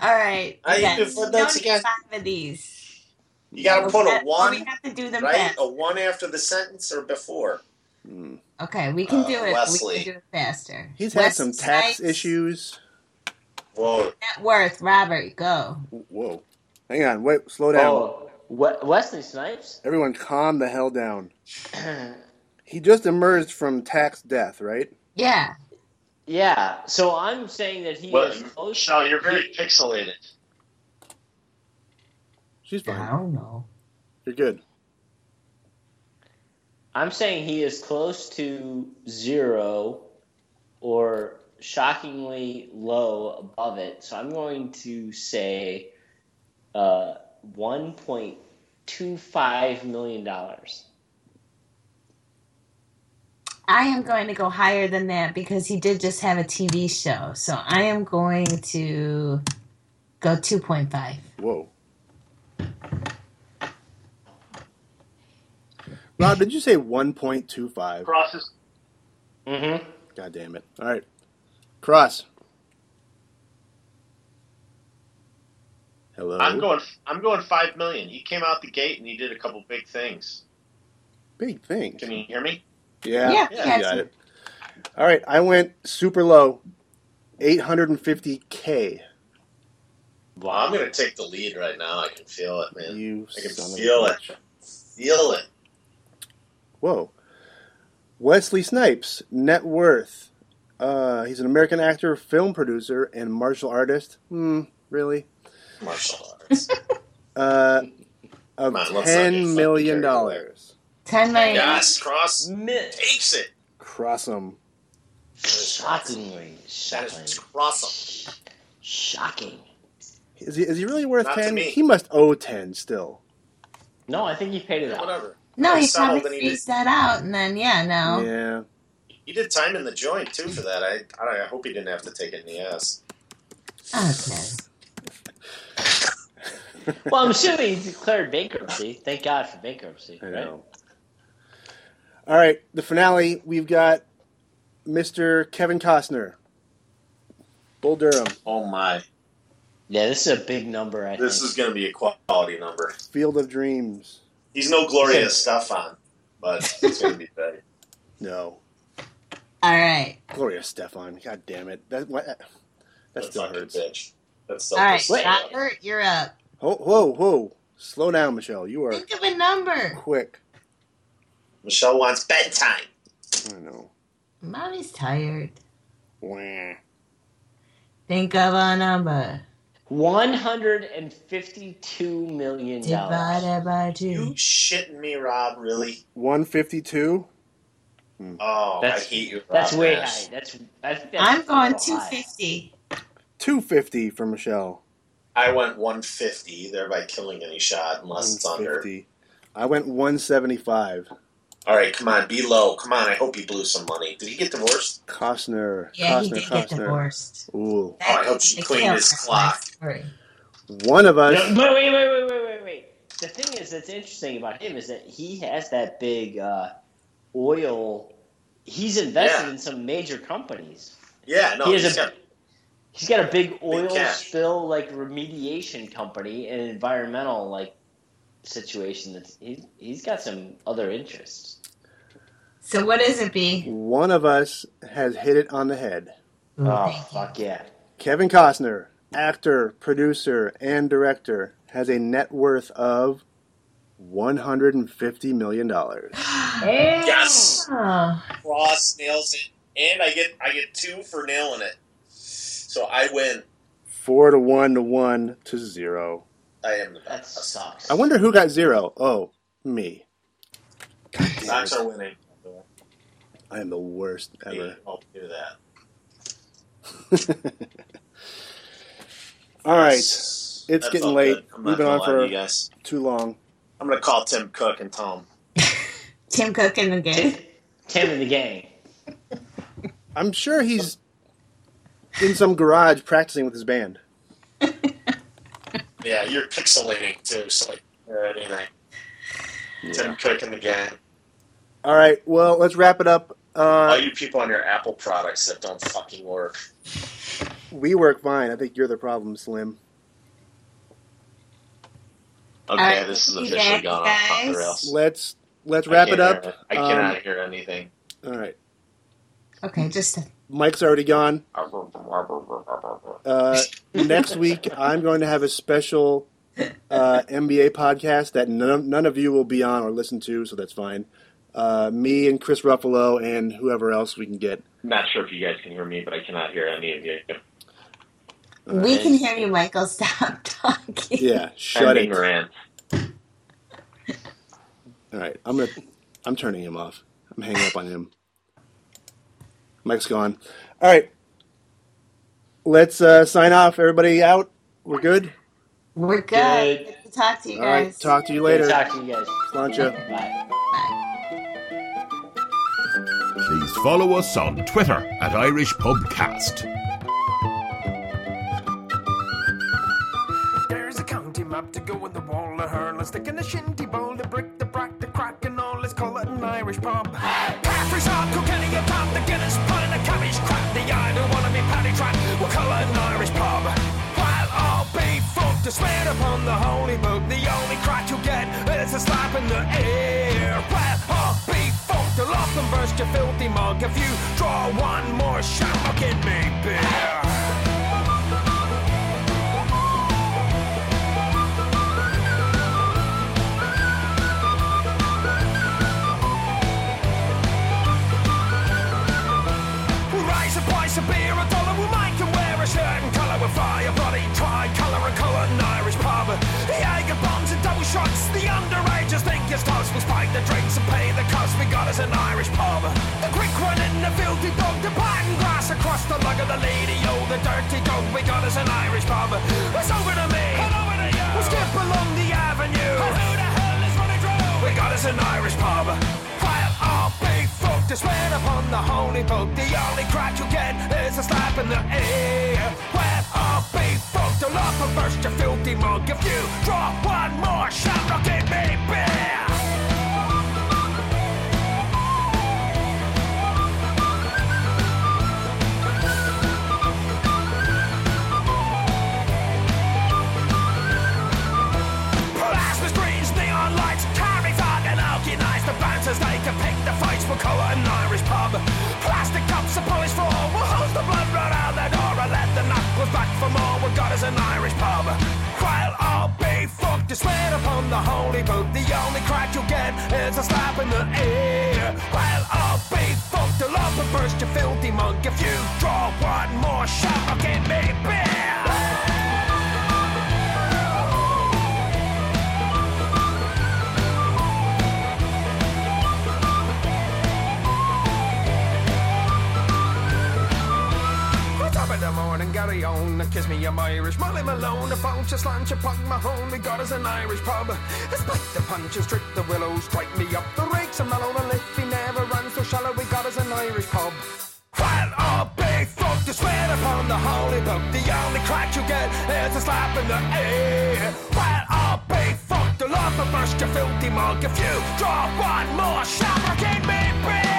Speaker 7: All right.
Speaker 2: I
Speaker 7: We got
Speaker 2: even put those
Speaker 7: we don't need
Speaker 2: again.
Speaker 7: five of these.
Speaker 2: You gotta put a
Speaker 7: We
Speaker 2: one,
Speaker 7: have to do them
Speaker 2: right?
Speaker 7: fast.
Speaker 2: A one after the sentence or before.
Speaker 3: Mm.
Speaker 7: Okay, we can
Speaker 2: Uh,
Speaker 7: do it. We
Speaker 2: Wesley.
Speaker 7: can do it faster.
Speaker 3: He's had
Speaker 7: Wes
Speaker 3: some tax
Speaker 7: Snipes,
Speaker 3: issues.
Speaker 2: Whoa.
Speaker 7: Net worth, Robert, go.
Speaker 3: Whoa. Hang on. Wait. Slow down.
Speaker 1: Oh, we- Wesley Snipes.
Speaker 3: Everyone, calm the hell down. He just emerged from tax death, right?
Speaker 7: Yeah.
Speaker 1: Yeah. So I'm saying that he
Speaker 2: Well,
Speaker 1: is close.
Speaker 2: Michelle, you're very pixelated.
Speaker 3: She's fine.
Speaker 7: I don't know.
Speaker 3: You're good.
Speaker 1: I'm saying he is close to zero, or shockingly low above it. So I'm going to say, uh, one point two five million dollars.
Speaker 7: I am going to go higher than that because he did just have a TV show. So I am going to go 2.5.
Speaker 3: Whoa. Rob, did you say 1.25?
Speaker 8: Crosses.
Speaker 1: Mm-hmm.
Speaker 3: God damn it. All right. Cross. Hello.
Speaker 8: I'm going.
Speaker 2: I'm going five million. He came out the gate and he did a couple big things.
Speaker 3: Big thing.
Speaker 2: Can you hear me?
Speaker 3: Yeah.
Speaker 7: Yeah,
Speaker 3: you
Speaker 7: yeah.
Speaker 3: got it. All right. I went super low 850K.
Speaker 2: Well, I'm gonna take the lead right now. I can feel it, man.
Speaker 3: You
Speaker 2: I can
Speaker 3: son of a
Speaker 2: feel it.
Speaker 3: bitch.
Speaker 2: Feel it.
Speaker 3: Whoa. Wesley Snipes, net worth. Uh, he's an American actor, film producer, and martial artist. Hmm, really?
Speaker 2: Martial arts.
Speaker 3: Uh, of
Speaker 2: Come on, let's not get
Speaker 3: ten
Speaker 2: fucking
Speaker 3: million
Speaker 2: carried away.
Speaker 3: dollars.
Speaker 7: 10 million.
Speaker 2: yes, Cross takes it.
Speaker 3: Cross him.
Speaker 1: Shockingly,
Speaker 2: That
Speaker 1: shocking,
Speaker 2: is Cross.
Speaker 1: shocking.
Speaker 3: Is he, is he really worth
Speaker 2: Not to
Speaker 3: ten?
Speaker 2: me.
Speaker 3: He must owe ten still.
Speaker 1: No, I think he paid it out.
Speaker 2: Whatever.
Speaker 7: No, he
Speaker 2: He settled
Speaker 7: probably
Speaker 2: and he
Speaker 7: freezed that out and then, yeah, no.
Speaker 3: Yeah.
Speaker 2: He did time in the joint too for that. I I hope he didn't have to take it in the ass.
Speaker 7: Okay.
Speaker 1: Well, I'm assuming he declared bankruptcy. Thank God for bankruptcy.
Speaker 3: I
Speaker 1: right?
Speaker 3: know. All right, the finale. We've got Mr. Kevin Costner, Bull Durham,
Speaker 2: Oh my!
Speaker 1: Yeah, this is a big number. I
Speaker 2: This
Speaker 1: think.
Speaker 2: is gonna be a quality number.
Speaker 3: Field of Dreams.
Speaker 2: He's no Gloria Stefan, but it's gonna be big.
Speaker 3: No,
Speaker 7: All right.
Speaker 3: Gloria Stefan. God damn it. That what, that
Speaker 2: That's
Speaker 3: still
Speaker 2: fucking
Speaker 3: hurts.
Speaker 2: bitch. That's still
Speaker 7: All right.
Speaker 2: pissed me off.
Speaker 7: Robert, you're up.
Speaker 3: Whoa, whoa, whoa! Slow down, Michelle. You are
Speaker 7: Think of a number.
Speaker 3: quick.
Speaker 2: Michelle wants bedtime.
Speaker 3: I know.
Speaker 7: Mommy's tired.
Speaker 3: Wah.
Speaker 7: Think of a number.
Speaker 1: One hundred and fifty-two million dollars.
Speaker 7: Divided by
Speaker 2: You
Speaker 7: two.
Speaker 2: shitting me, Rob? Really?
Speaker 3: 152.
Speaker 2: Oh,
Speaker 1: That's-
Speaker 2: I hate you. Rob
Speaker 1: That's way
Speaker 2: Nash.
Speaker 1: high. That's, I think that's
Speaker 7: I'm going
Speaker 1: high.
Speaker 7: 250.
Speaker 3: 250 for Michelle.
Speaker 2: I went 150, thereby killing any shot unless it's under.
Speaker 3: 150. I went 175.
Speaker 2: All right, come on, be low. Come on, I hope he blew some money. Did he get divorced?
Speaker 3: Costner.
Speaker 7: Yeah,
Speaker 3: Costner,
Speaker 7: he did
Speaker 3: Costner.
Speaker 7: get divorced.
Speaker 2: Oh,
Speaker 3: Ooh.
Speaker 2: I hope she
Speaker 7: That
Speaker 2: cleaned his
Speaker 7: kills my
Speaker 2: clock.
Speaker 7: story.
Speaker 3: One of us.
Speaker 1: No, but wait, wait, wait, wait, wait, wait. The thing is that's interesting about him is that he has that big uh, oil. He's invested
Speaker 2: Yeah.
Speaker 1: in some major companies.
Speaker 2: Yeah, no,
Speaker 1: He has
Speaker 2: he's
Speaker 1: a-
Speaker 2: got-
Speaker 1: He's got a big oil
Speaker 2: cash.
Speaker 1: spill like remediation company and environmental like situation. That's he, he's got some other interests.
Speaker 7: So what is it, B?
Speaker 3: One of us has hit it on the head.
Speaker 7: Oh,
Speaker 1: Oh fuck yeah!
Speaker 3: Kevin Costner, actor, producer, and director, has a net worth of one hundred and fifty million dollars.
Speaker 7: Ah.
Speaker 2: Yes.
Speaker 7: Oh,
Speaker 2: Ross nails it, and I get I get two for nailing it. So I win.
Speaker 3: Four to one to one to zero.
Speaker 2: I am the
Speaker 1: That
Speaker 2: best.
Speaker 1: sucks.
Speaker 3: I wonder who got zero. Oh, me.
Speaker 2: Sox are winning.
Speaker 3: I am the worst ever.
Speaker 2: I'll do that.
Speaker 3: All right,
Speaker 2: It's
Speaker 3: getting late.
Speaker 2: I'm not
Speaker 3: We've been
Speaker 2: gonna
Speaker 3: on
Speaker 2: lie
Speaker 3: for-
Speaker 2: to you guys.
Speaker 3: too long.
Speaker 2: I'm gonna call Tim Cook and tell him.
Speaker 7: Tim Cook in the game.
Speaker 1: Tim and the gang.
Speaker 3: I'm sure he's in some garage practicing with his band.
Speaker 2: Yeah, you're pixelating too, so like or anything. Tim Cook and the gang.
Speaker 3: All right, well, let's wrap it up.
Speaker 2: All
Speaker 3: Uh,
Speaker 2: you people on your Apple products that don't fucking work.
Speaker 3: we work fine. I think you're the problem, Slim.
Speaker 2: Okay,
Speaker 7: All right,
Speaker 2: this is
Speaker 7: Uh, you
Speaker 2: officially
Speaker 7: guys,
Speaker 2: gone off, off
Speaker 7: guys.
Speaker 2: the rails.
Speaker 3: Let's let's
Speaker 2: I
Speaker 3: wrap
Speaker 2: can't
Speaker 3: it up.
Speaker 2: hear- I
Speaker 3: Um,
Speaker 2: cannot hear anything.
Speaker 3: all right,
Speaker 7: Okay, just a,
Speaker 3: Mike's already gone. Uh, next week, I'm going to have a special uh, NBA podcast that none, none of you will be on or listen to, so that's fine. Uh, me and Chris Ruffalo and whoever else we can get.
Speaker 2: Not sure if you guys can hear me, but I cannot hear any of you.
Speaker 7: we can hear you, Michael. Stop talking.
Speaker 3: Yeah, shut
Speaker 2: I'm
Speaker 3: it. All
Speaker 2: Moran.
Speaker 3: right, I'm gonna, I'm turning him off. I'm hanging up on him. Mike's gone. All right, let's uh, sign off. Everybody out. We're good.
Speaker 7: We're good.
Speaker 1: Good.
Speaker 7: Good to talk to you
Speaker 3: All right,
Speaker 7: guys.
Speaker 3: talk to you
Speaker 1: Good
Speaker 3: later.
Speaker 1: talking to you guys.
Speaker 3: Sláinte.
Speaker 1: Bye.
Speaker 5: Please follow us on Twitter at Irish Pubcast.
Speaker 6: There's a county map to go in the wall of her. Let's stick in the shinty bowl, the brick, the brack, the crack, and all. Let's call it an Irish pub. Caffrey's hard, Kilkenny, a pub, the Guinness, pot, and the cabbage crap. The yard don't wanna be paddy track. We'll call it an Irish pub. While all be folk to swear upon the holy book, the only crack you get is a slap in the ear. While all be folk to love and burst your filthy mug. If you draw one more shot, I'll get me beer. We'll raise a price of beer, a dollar, we'll make him wear a shirt and colour with fire, bloody tricolour, a colour, an Irish pub. The Jager bombs and double shots, the underagers think it's toss. We'll spike the drinks and pay the cost, we got us an Irish pub. The quick one in the filthy dog, the pattern grass across the lug of the lady, oh, the dirty dog, we got us an Irish pub. It's over to me, and over to you. We'll skip along the avenue, and who the hell is running through? We got us an Irish pub. While all big folk to swear upon the holy book. The only crack you get is a slap in the ear. Where all big folk to love and burst your filthy mug. If you draw one more shot, I'll give me beer. Plasma screens, neon lights, carry fog and organize the bouncers. They can pick the fights. We'll call it an Irish pub. Plastic cups are polished for. We'll hose the blood right out the door and let the knock was back for more. We've got us an Irish pub. While I'll be fucked, to swear upon the holy book. The only crack you'll get is a slap in the ear. While I'll be fucked, to love and burst your filthy monk. If you draw one more shot, I'll give me beer. Well, Top of the morning, Gary on. Kiss me, I'm Irish. Molly Malone, a bunch of slant, a pug, my home. We got us an Irish pub. Spike the punches, strip the willows, strike me up the rakes. I'm Malone, and if he never runs so shallow, we got us an Irish pub. While all big folk to swear upon the holy book, the only crack you get is a slap in the ear. While all big folk to love and burst your filthy mug, if you draw one more shot, I'll give me beer.